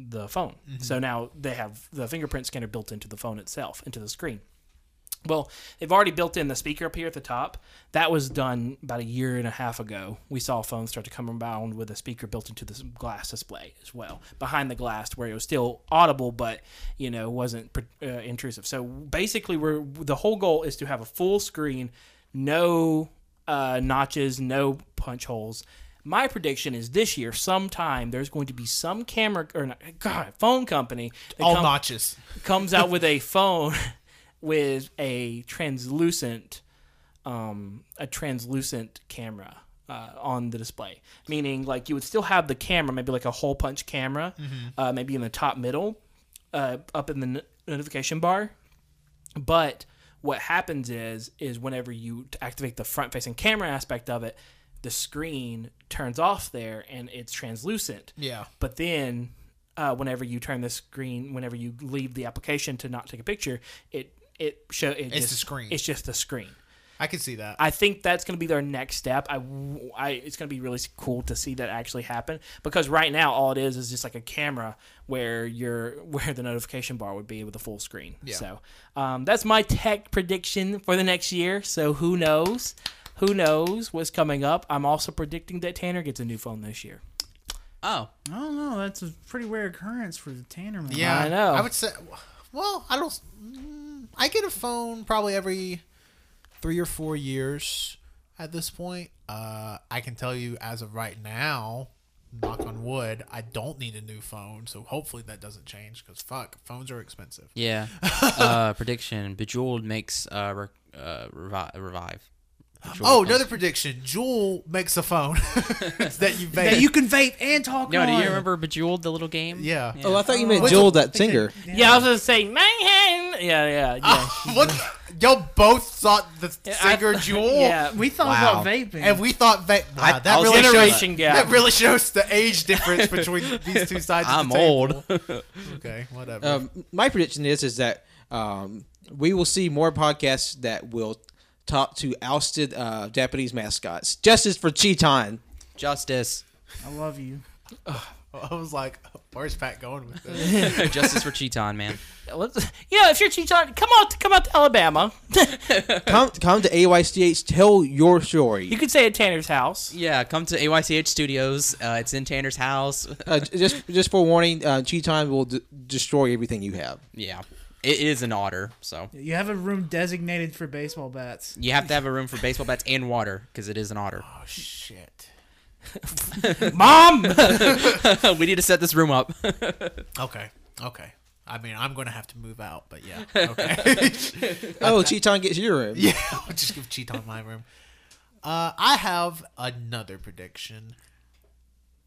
the phone. So now they have the fingerprint scanner built into the phone itself, into the screen. Well, they've already built in the speaker up here at the top. That was done about a year and a half ago. We saw phones start to come around with a speaker built into the glass display as well, behind the glass, where it was still audible, but you know wasn't uh, intrusive. So basically, we're the whole goal is to have a full screen, no uh, notches, no punch holes. My prediction is this year, sometime there's going to be some camera or not, God phone company that All come- notches. comes out with a phone with a translucent um, a translucent camera uh, on the display meaning like you would still have the camera maybe like a hole punch camera uh, maybe in the top middle uh, up in the no- notification bar but what happens is is whenever you t- activate the front facing camera aspect of it the screen turns off there and it's translucent Yeah. but then uh, whenever you turn the screen, whenever you leave the application to not take a picture, it it show it the just, screen. It's just the screen. I can see that. I think that's going to be their next step. I, w- I- it's going to be really cool to see that actually happen because right now all it is is just like a camera where your where the notification bar would be with a full screen. So um, that's my tech prediction for the next year. So who knows? Who knows what's coming up? I'm also predicting that Tanner gets a new phone this year. Oh, I don't know. That's a pretty rare occurrence for the Tanner man. yeah, I know. I would say. Well, I don't. mm, I get a phone probably every three or four years at this point. Uh, I can tell you as of right now, knock on wood, I don't need a new phone. So hopefully that doesn't change because fuck, phones are expensive. Yeah. uh, prediction: Bejeweled makes uh, re- uh revi- revive. Bejeweled Oh, comes- another prediction. Jewel makes a phone that you made. That you can vape and talk. No, do on. you remember Bejeweled, the little game? yeah. Oh, I thought you meant What's Joel, up? that singer. Yeah, I was gonna say man. Yeah, yeah, yeah. what? Y'all both thought the I- singer Jewel. yeah. We thought Wow. about vaping. And we thought that wow, I- that I was really generation shows, gap. Oh. That really shows the age difference between these two sides. I'm of the table. old. Okay, whatever. Um, my prediction is is that um, we will see more podcasts that will talk to ousted uh, Japanese mascots. Justice for Cheeton. justice, I love you. I was like, where's Pat going with this? justice for Cheeton, man. Let's, yeah, if you're Cheechon, come out, come out to Alabama. Come come to AYCH. Tell your you story. could say at Tanner's house. Yeah, come to AYCH Studios. Uh, it's in Tanner's house. Uh, j- just just for warning, uh, Cheeton will d- destroy everything you have. yeah, it is an otter, so You have a room designated for baseball bats. you have to have a room for baseball bats and water because it is an otter. oh shit. Mom, we need to set this room up. Okay, okay. I mean, I'm gonna have to move out, but yeah. Okay. Oh, Cheeton gets your room. yeah, I'll just give cheat on my room. Uh, I have another prediction.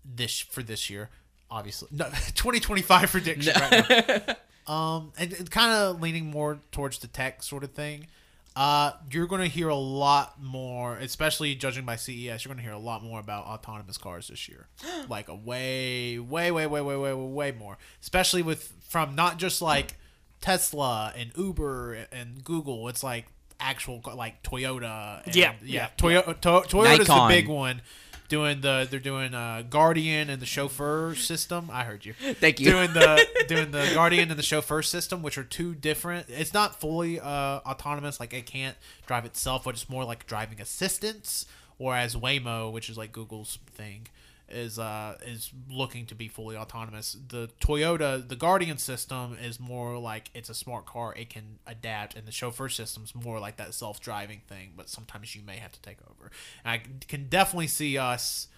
This for this year, obviously, no, 2025 prediction right now. Um, and, and kind of leaning more towards the tech sort of thing. Uh, you're going to hear a lot more, especially judging by CES. You're going to hear a lot more about autonomous cars this year, like a way, way, way, way, way, way, way, way more. Especially with from not just like Tesla and Uber and Google. It's like actual like Toyota. And, Yeah, yeah. yeah. Toyota. To- Toyota's Nikon. the big one. Doing the they're doing uh, Guardian and the chauffeur system. I heard you. Thank you. Doing the doing the Guardian and the chauffeur system, which are two different. It's not fully uh, autonomous, like it can't drive itself, but it's more like driving assistance. Whereas Waymo, which is like Google's thing, is uh is looking to be fully autonomous. The Toyota, the Guardian system is more like it's a smart car; it can adapt, and the chauffeur system's more like that self-driving thing. But sometimes you may have to take over. And I can definitely see us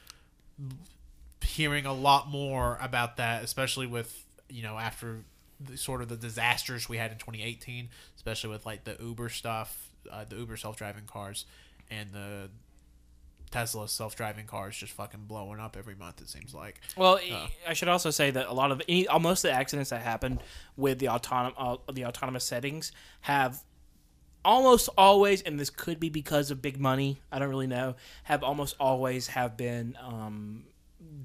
hearing a lot more about that, especially with you know after the, sort of the disasters we had in 2018, especially with like the Uber stuff, uh, the Uber self-driving cars, and the Tesla self-driving cars just fucking blowing up every month. It seems like. Well, Oh. I should also say that a lot of any, almost the accidents that happened with the autonom, uh, the autonomous settings have almost always, and this could be because of big money. I don't really know. Have almost always have been um,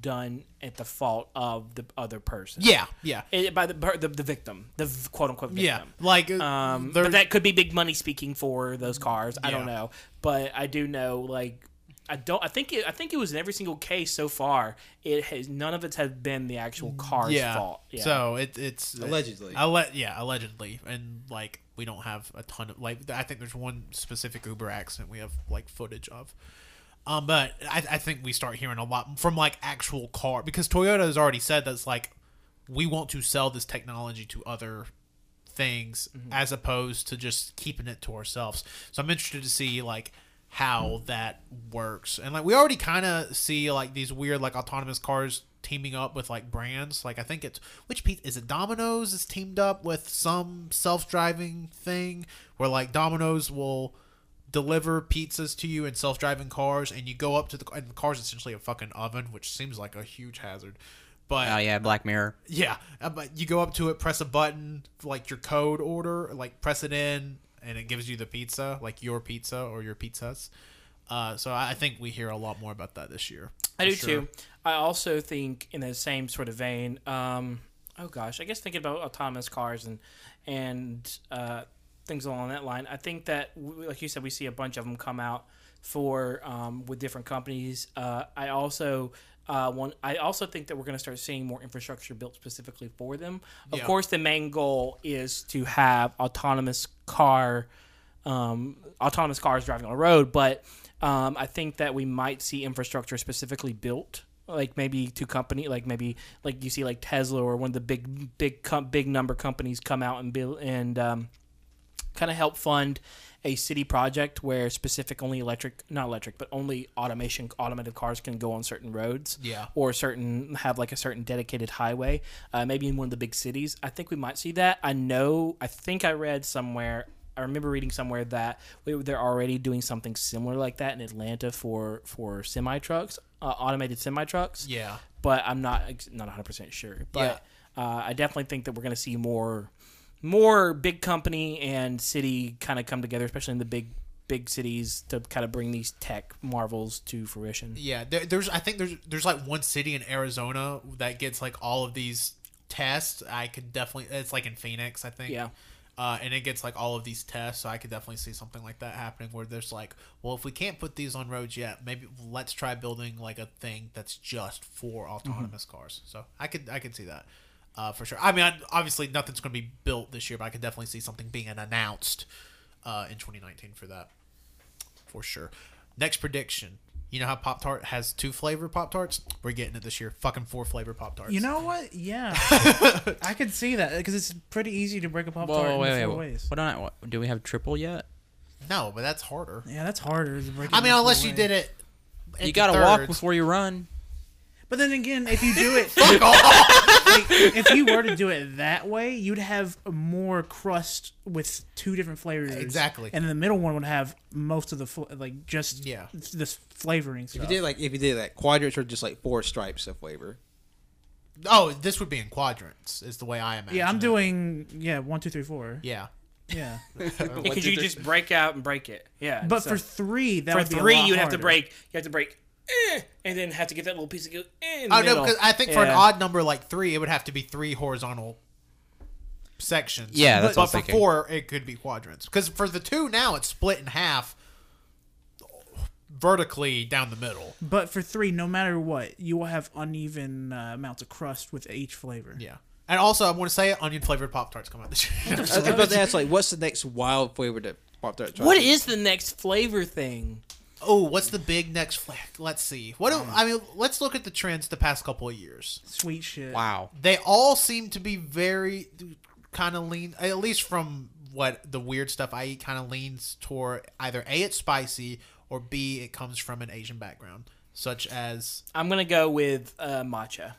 done at the fault of the other person. Yeah, yeah, It- by the, per- the the victim, the v- quote unquote victim. yeah. Like Um, um, but that could be big money speaking for those cars. I don't Yeah. know, but I do know like I don't. I think it, I think it was in every single case so far. It has none of it has been the actual car's yeah. fault. Yeah. So it, it's Allegedly. I let yeah, allegedly, and like we don't have a ton of like I think there's one specific Uber accident we have like footage of. Um, but I, I think we start hearing a lot from like actual car because Toyota has already said that's like we want to sell this technology to other things as opposed to just keeping it to ourselves. So I'm interested to see like how that works. And like we already kind of see like these weird like autonomous cars teaming up with like brands. Like I think it's which piece is it Domino's is teamed up with some self-driving thing where like Domino's will deliver pizzas to you in self-driving cars and you go up to the and the car's essentially a fucking oven, which seems like a huge hazard. But Oh yeah, Black Mirror. yeah, uh, but you go up to it, press a button, like your code order, like press it in, and it gives you the pizza, like your pizza or your pizzas. Uh, so I I think we hear a lot more about that this year. I do for sure. too. I also think in the same sort of vein. Um, oh gosh, I guess thinking about autonomous cars and and uh, things along that line. I think that, w- like you said, we see a bunch of them come out for um, with different companies. Uh, I also. Uh, one, I also think that we're going to start seeing more infrastructure built specifically for them. Of Yeah. course, the main goal is to have autonomous car um, autonomous cars driving on the road, but um, I think that we might see infrastructure specifically built, like maybe to company, like maybe like you see like Tesla or one of the big big com- big number companies come out and build and um, kind of help fund a city project where specific only electric, not electric, but only automation automated cars can go on certain roads Yeah. or certain have like a certain dedicated highway uh, maybe in one of the big cities i think we might see that i know i think i read somewhere i remember reading somewhere that we, they're already doing something similar like that in atlanta for for semi trucks uh, automated semi trucks Yeah. but i'm not ex- not 100% sure but uh, i definitely think that we're going to see more more big company and city kind of come together especially in the big big cities to kind of bring these tech marvels to fruition Yeah, there, there's I think there's there's like one city in Arizona that gets like all of these tests. I could definitely it's like in Phoenix, I think. Yeah. Uh, and it gets like all of these tests, so I could definitely see something like that happening where there's like, well, if we can't put these on roads yet, maybe let's try building like a thing that's just for autonomous cars. So I could I could see that uh, for sure. I mean, I, obviously nothing's going to be built this year, but I could definitely see something being announced uh, in 2019 for that for sure. Next prediction. You know how Pop Tart has two flavor Pop Tarts? We're getting it this year. Fucking four flavor Pop Tarts. You know what? Yeah, I could see that because it's pretty easy to break a pop tart Whoa, in wait, wait, four wait. ways. What on? What, do we have triple yet? No, but that's harder. Yeah, that's harder. To break I mean, unless you did it. You gotta walk before you run. But then again, if you do it, like, if you were to do it that way, you'd have more crust with two different flavors. Exactly. And the middle one would have most of the fl- like just Yeah. this flavoring If stuff. you did like if you did like quadrants or just like four stripes of flavor. Oh, this would be in quadrants, is the way I imagine. yeah, I'm it. doing yeah one two three four. Yeah. Yeah, Yeah, because you just break out and break it. Yeah. but so- for three, that for would be a three, lot you'd have to harder. break. You have to break, eh, and then have to get that little piece of goo. Eh, in the Oh, no, middle. because I think for an Yeah. odd number like three, it would have to be three horizontal sections. Yeah, that's what but, I was but for thinking. four, it could be quadrants. Because for the two now, it's split in half vertically down the middle. But for three, no matter what, you will have uneven uh, amounts of crust with each flavor. Yeah. And also, I want to say onion flavored Pop Tarts come out this year. I was about to ask like, what's the next wild flavor to pop tart? What is the next flavor thing? oh, what's the big next flag? Let's see. What Um, do, I mean, let's look at the trends the past couple of years. Sweet shit. Wow. They all seem to be very kind of lean, at least from what the weird stuff I eat kind of leans toward either A, it's spicy, or B, it comes from an Asian background, such as. I'm gonna go with uh, matcha,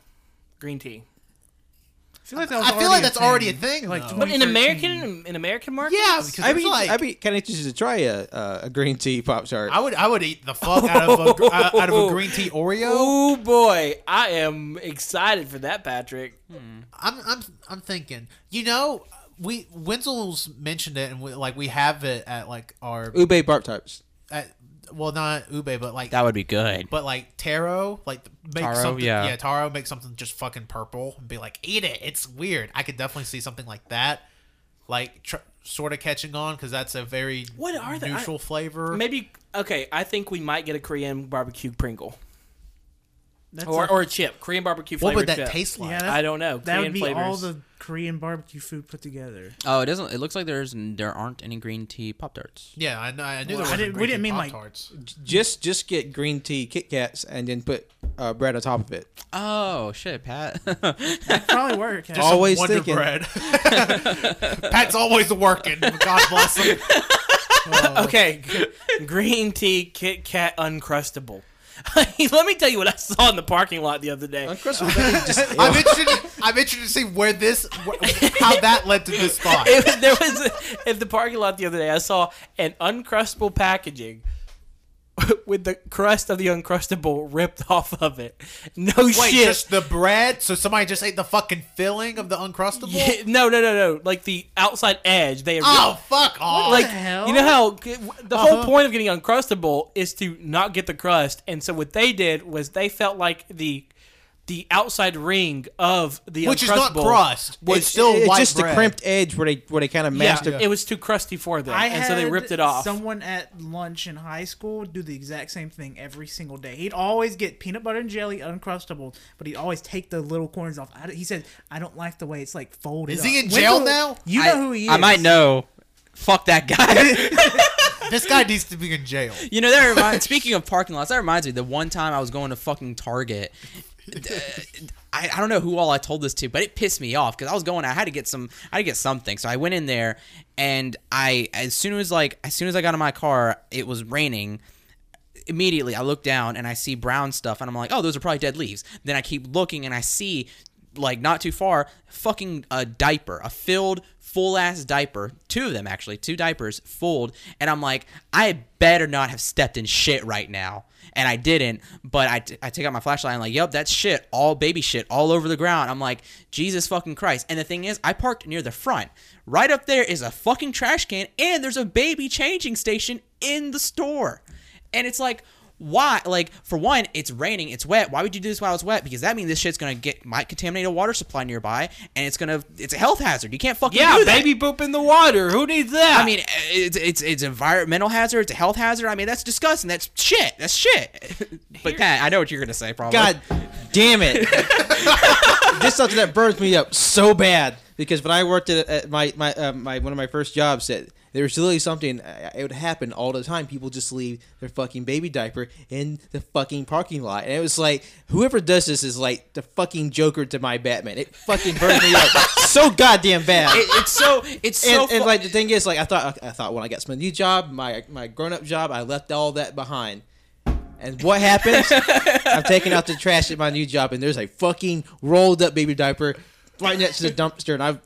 green tea. I feel like, that I feel like that's already a thing, though. But in 2013. American, in American market, Yeah, because I it's mean, like. I, I'd be kind of interested to try a uh, a green tea pop tart. would I would eat the fuck out of a, gr- out of a green tea Oreo. Oh boy, I am excited for that, Patrick. I'm I'm I'm thinking. You know, we Wenzel's mentioned it, and we, like we have it at like our Ube pop tarts. at, well, not ube, but like That would be good. but like taro, like make Taro, something. yeah. taro make something just fucking purple and be like, eat it. It's weird. I could definitely see something like that, like tr- sort of catching on because that's a very What are the- neutral flavor. Maybe okay. I think we might get a Korean barbecue Pringle. That's or, a- or a chip, Korean barbecue What flavored would that chip. taste like? yeah, that's- I don't know. That Korean would be flavors. all the Korean barbecue food put together. Oh, it doesn't. It looks like there's there aren't any green tea pop tarts. Yeah, I, kn- I knew Well, there I was didn't- we didn't mean, like- Tarts. Just just get green tea Kit Kats and then put uh, bread on top of it. Oh shit, Pat. Probably work. Oh, Always Wonder thinking. Bread. Pat's always working. God bless him. okay, g- green tea Kit Kat uncrustable. Let me tell you what I saw in the parking lot the other day. I'm interested. I'm interested to see where this, wh- how that led to this spot. It was- there was a, in the parking lot the other day. I saw an uncrustable packaging with the crust of the uncrustable ripped off of it. No Wait, shit. just the bread? So somebody just ate the fucking filling of the uncrustable? Yeah, no, no, no, no. Like the outside edge. They Oh fuck off! like the hell? you know how the whole point of getting uncrustable is to not get the crust. And so what they did was they felt like the the outside ring of the Which is not Uncrustable crust. It's, still it's white just bread. the crimped edge where they where they kind of mashed yeah, it. it was too crusty for them, I and so they had ripped it off. Someone at lunch in high school do the exact same thing every single day. He'd always get peanut butter and jelly, uncrustable, but he'd always take the little corners off. I, don't- he said, "I don't like the way it's like folded." Is up." he in When jail the- now? You know who he is. I might know. Fuck that guy. This guy needs to be in jail. you know that reminds. Speaking of parking lots, that reminds me. The one time I was going to fucking Target. d- I, I don't know who all I told this to, but it pissed me off because I was going. I had to get some. I had to get something, so I went in there, and I as soon as like as soon as I got in my car, it was raining. immediately I look down and I see brown stuff and I'm like, oh, those are probably dead leaves. Then I keep looking and I see, like, not too far, fucking a diaper, a filled, full ass diaper. Two of them, actually, two diapers full. And I'm like, I better not have stepped in shit right now. And I didn't, but I, t- I take out my flashlight and I'm like, yep, that's shit, all baby shit, all over the ground. I'm like, Jesus fucking Christ. And the thing is, I parked near the front. Right up there is a fucking trash can and there's a baby changing station in the store. And it's like, why? Like, for one, it's raining, it's wet. Why would you do this while it's wet? Because that means this shit's gonna get might contaminate a water supply nearby, and it's gonna it's a health hazard. You can't fucking yeah, do that. baby poop in the water. Who needs that? I mean, it's it's it's environmental hazard. It's a health hazard. I mean, that's disgusting. That's shit. That's shit. but Pat, I know what you're gonna say. Probably. God damn it! this something that burns me up so bad because when I worked at, at my my, uh, my one of my first jobs, at, there was literally something. uh, It would happen all the time. People just leave their fucking baby diaper in the fucking parking lot, and it was like whoever does this is like the fucking Joker to my Batman. It fucking burns me up so goddamn bad. It- it's so it's so and, and fu- like the thing is, like I thought, I thought when I got my new job, my my grown up job, I left all that behind. And what happens? I'm taking out the trash at my new job, and there's a fucking rolled up baby diaper right next to the dumpster, and I've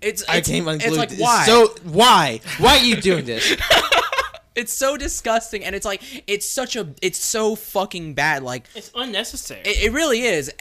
it's, I it's- came unglued. It's like It's why? So why? Why are you doing this? it's so disgusting, and it's like it's such a it's so fucking bad. Like it's unnecessary. It, it really is, A-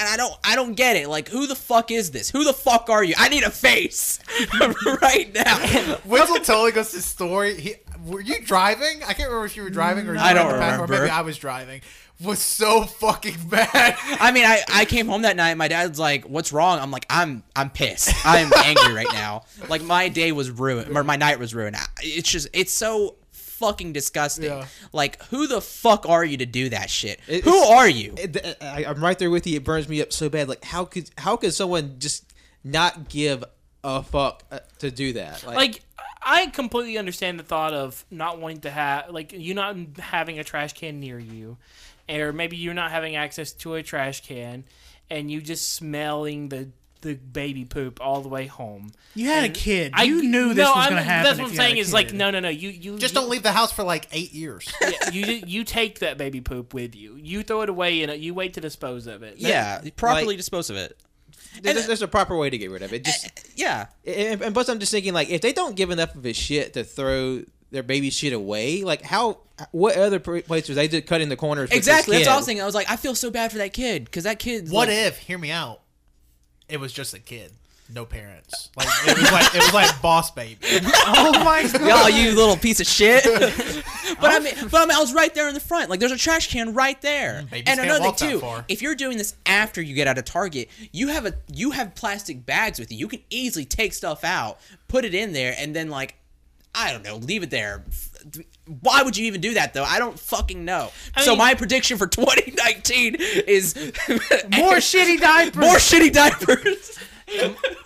and I don't, I don't get it. Like, who the fuck is this? Who the fuck are you? I need a face right now. Wenzel telling us this story. He, were you driving? I can't remember if you were driving or you I were in don't the back, Or remember. maybe I was driving. Was so fucking bad. I mean, I, I came home that night. My dad's like, "What's wrong?" I'm like, "I'm, I'm pissed. I'm angry right now. Like, my day was ruined, or my night was ruined. I- It's just, it's so." Fucking disgusting! Yeah. Like, who the fuck are you to do that shit? It- who it's- are you? It- I, I'm right there with you. It burns me up so bad. Like how could how could someone just not give a fuck uh, to do that? like I completely understand the thought of not wanting to have like you not having a trash can near you, or maybe you're not having access to a trash can, and you just smelling the the baby poop all the way home. You had a kid. You knew this was I'm- gonna happen That's if what I'm you had saying a is like kid. no no no you you Just you- don't leave the house for like eight years. yeah, you ju- you take that baby poop with you. You throw it away and you wait to dispose of it. yeah, properly dispose of it. there's, there's a proper way to get rid of it. Just Yeah, And, and plus, I'm just thinking like if they don't give enough of a shit to throw their baby shit away, like how what other pr- places they just cut in the corners? with this exactly. That's kid? all I was thinking. I was like, I feel so bad for that kid because that kid. What like, if? Hear me out. It was just a kid, no parents. Like it was like it was like Boss Baby. Oh my god! Y'all, you little piece of shit. but I mean, but I mean, I was right there in the front. Like, there's a trash can right there. Mm, babies and can't another walk that thing too, far. if you're doing this after you get out of Target, you have a you have plastic bags with you. You can easily take stuff out, put it in there, and then like. I don't know. Leave it there. Why would you even do that though? I don't fucking know. so mean- my prediction for 2019 is More shitty diapers. more shitty diapers.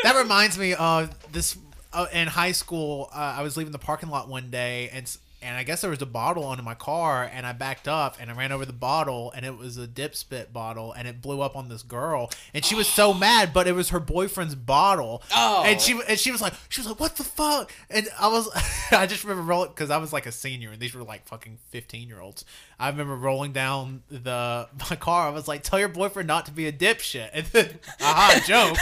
that reminds me of this uh, in high school uh, i was leaving the parking lot one day and s- and i guess there was a bottle under my car and i backed up and i ran over the bottle and it was a dip spit bottle and it blew up on this girl and she was so mad but it was her boyfriend's bottle oh and she and she was like she was like what the fuck and i was i just remember rolling because i was like a senior and these were like fucking 15 year olds i remember rolling down the my car i was like tell your boyfriend not to be a dipshit and then aha joke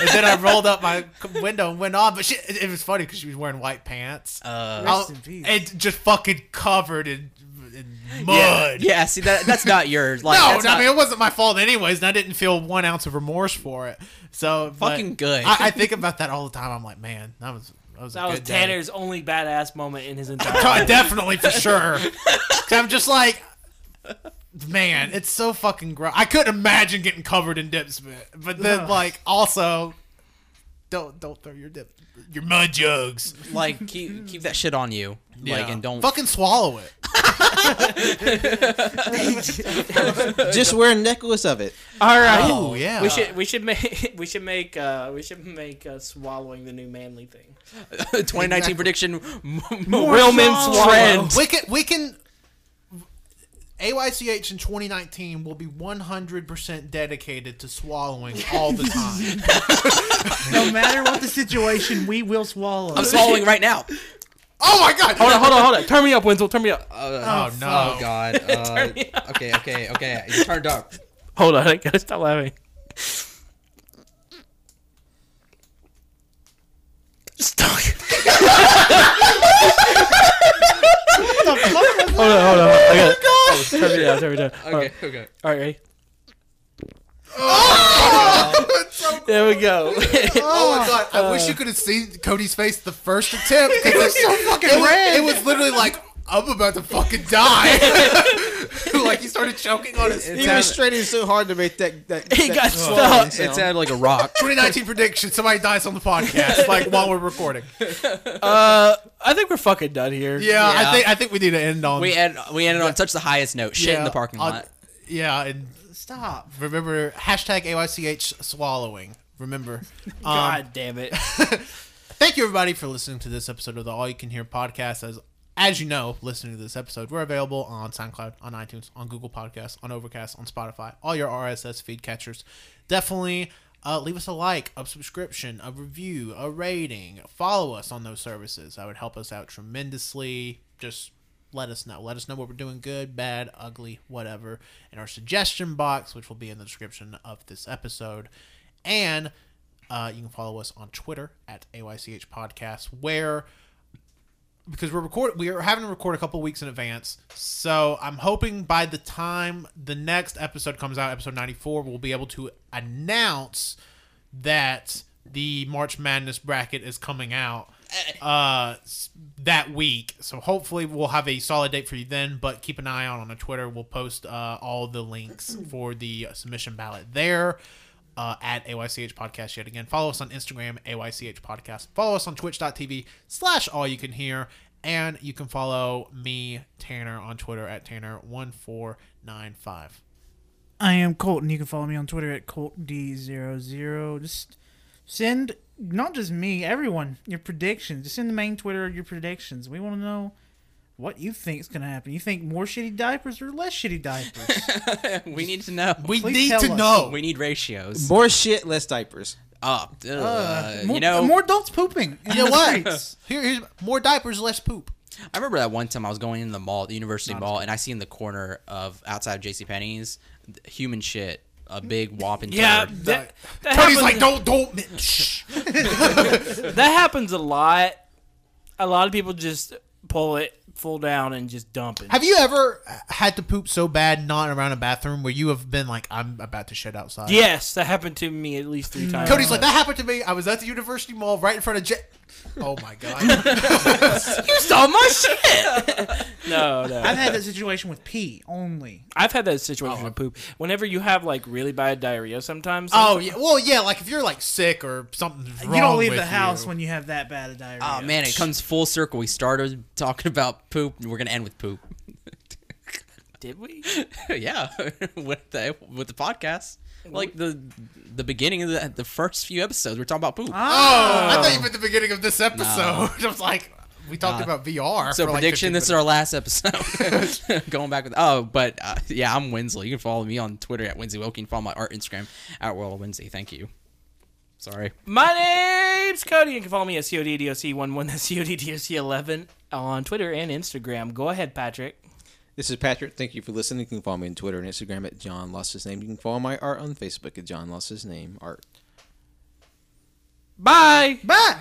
and then I rolled up my c- window and went on. But she, it, it was funny because she was wearing white pants. Uh, Rest in peace. And just fucking covered in, in mud. yeah, see that that's not yours. Like No, that's no, not, I mean it wasn't my fault anyways, and I didn't feel one ounce of remorse for it. So but Fucking good. I, I think about that all the time. I'm like, man, that was that was a That was good day. Tanner's only badass moment in his entire Oh, life. definitely for sure. 'Cause I'm just like, man, it's so fucking gross. I couldn't imagine getting covered in dip spit, but then like also, don't don't throw your dip your mud jugs. like keep keep that shit on you. Like Yeah. and don't fucking swallow it. Just wear a necklace of it. All right. Oh yeah, We should we should make we should make uh we should make uh, swallowing the new manly thing. 2019 Exactly. prediction m- m- More will men's songs. trend. We can we can. AYCH in 2019 will be 100% dedicated to swallowing all the time. No matter what the situation, we will swallow. I'm swallowing right now. oh my god! Hold on, hold on, hold on. Turn me up, Wenzel. Turn me up. Oh, no. Oh God. Uh, okay, okay, okay. You turned up. Hold on, I gotta stop laughing. Stuck. hold on, hold on. I got it. Oh, turn me down, turn me down. Okay, okay. All right, ready? there we go. Oh my god! I wish you could have seen Cody's face the first attempt. It was so fucking it red. Was, it was literally like, "I'm about to fucking die." like he started choking on his. He was straining so hard to make that. that he that got sound. stuck. Sound. It sounded like a rock. 2019 prediction: Somebody dies on the podcast, like while we're recording. Yeah, Uh, I think we're fucking done here. I think I think we need to end on. We end we ended on touch the highest note. Shit yeah, Uh, in the parking on- lot. Yeah, and Stop. remember hashtag AYCH swallowing. Remember. Um, God damn it. Thank you, everybody, for listening to this episode of the All You Can Hear podcast. As as you know, listening to this episode, we're available on SoundCloud, on iTunes, on Google Podcasts, on Overcast, on Spotify, all your RSS feed catchers. Definitely uh, leave us a like, a subscription, a review, a rating. Follow us on those services. That would help us out tremendously. Just let us know. Let us know what we're doing good, bad, ugly, whatever, in our suggestion box, which will be in the description of this episode. And uh, you can follow us on Twitter at AYCH Podcast, where because we're record we are having to record a couple weeks in advance. So I'm hoping by the time the next episode comes out, episode 94, we'll be able to announce that the March Madness bracket is coming out Eh. uh s- that week. So hopefully we'll have a solid date for you then, but keep an eye out on our Twitter. We'll post uh, all the links for the submission ballot there uh, at AYCH Podcast yet again. Follow us on Instagram, AYCH Podcast. Follow us on twitch.tv slash all you can hear. And you can follow me, Tanner, on Twitter at Tanner1495. I am Colt, and you can follow me on Twitter at ColtD00. Just send, not just me, everyone, your predictions. Just send the main Twitter your predictions. We want to know what you think is going to happen. You think more shitty diapers or less shitty diapers? We need to know. We Please need tell to us. know. We need ratios. More shit, less diapers. Up. Ugh, Uh, more, you know, more adults pooping. in you know the what? streets. Here, here's more diapers, less poop. I remember that one time I was going in the mall, the University Mall, and I see in the corner of outside of J.C. Penney's human shit, a big whopping. Yeah, turd. that, that Cody's happens- like, don't, don't, shh. that happens a lot. A lot of people just pull it full down and just dump it. Have you ever had to poop so bad not around a bathroom where you have been like, I'm about to shit outside? Yes, that happened to me at least three times. Cody's like, that happened to me. I was at the University Mall right in front of J. Oh my God. you saw my shit. No, no. I've had that situation with pee only. I've had that situation with poop. Whenever you have like really bad diarrhea, sometimes. Oh yeah, well yeah. Like if you're like sick or something's wrong, you don't leave with the house you. when you have that bad a diarrhea. Oh man, it comes full circle. We started talking about poop, and we're gonna end with poop. did we? yeah, with the with the podcast, like the the beginning of the the first few episodes, we're talking about poop. Oh, I thought you meant the beginning of this episode. I was like, we talked about VR. so for like 15 prediction: This minutes. is our last episode. Going back with oh, but uh, yeah, I'm Winsley. You can follow me on Twitter at Winsley Wilkie. You can follow my art Instagram at World of Winsley. Thank you. Sorry. My name's Cody. You can follow me at CODDOC11, that's CODDOC11 on Twitter and Instagram. Go ahead, Patrick. This is Patrick. Thank you for listening. You can follow me on Twitter and Instagram at John Lost His Name. You can follow my art on Facebook at John Lost His Name Art. Bye. But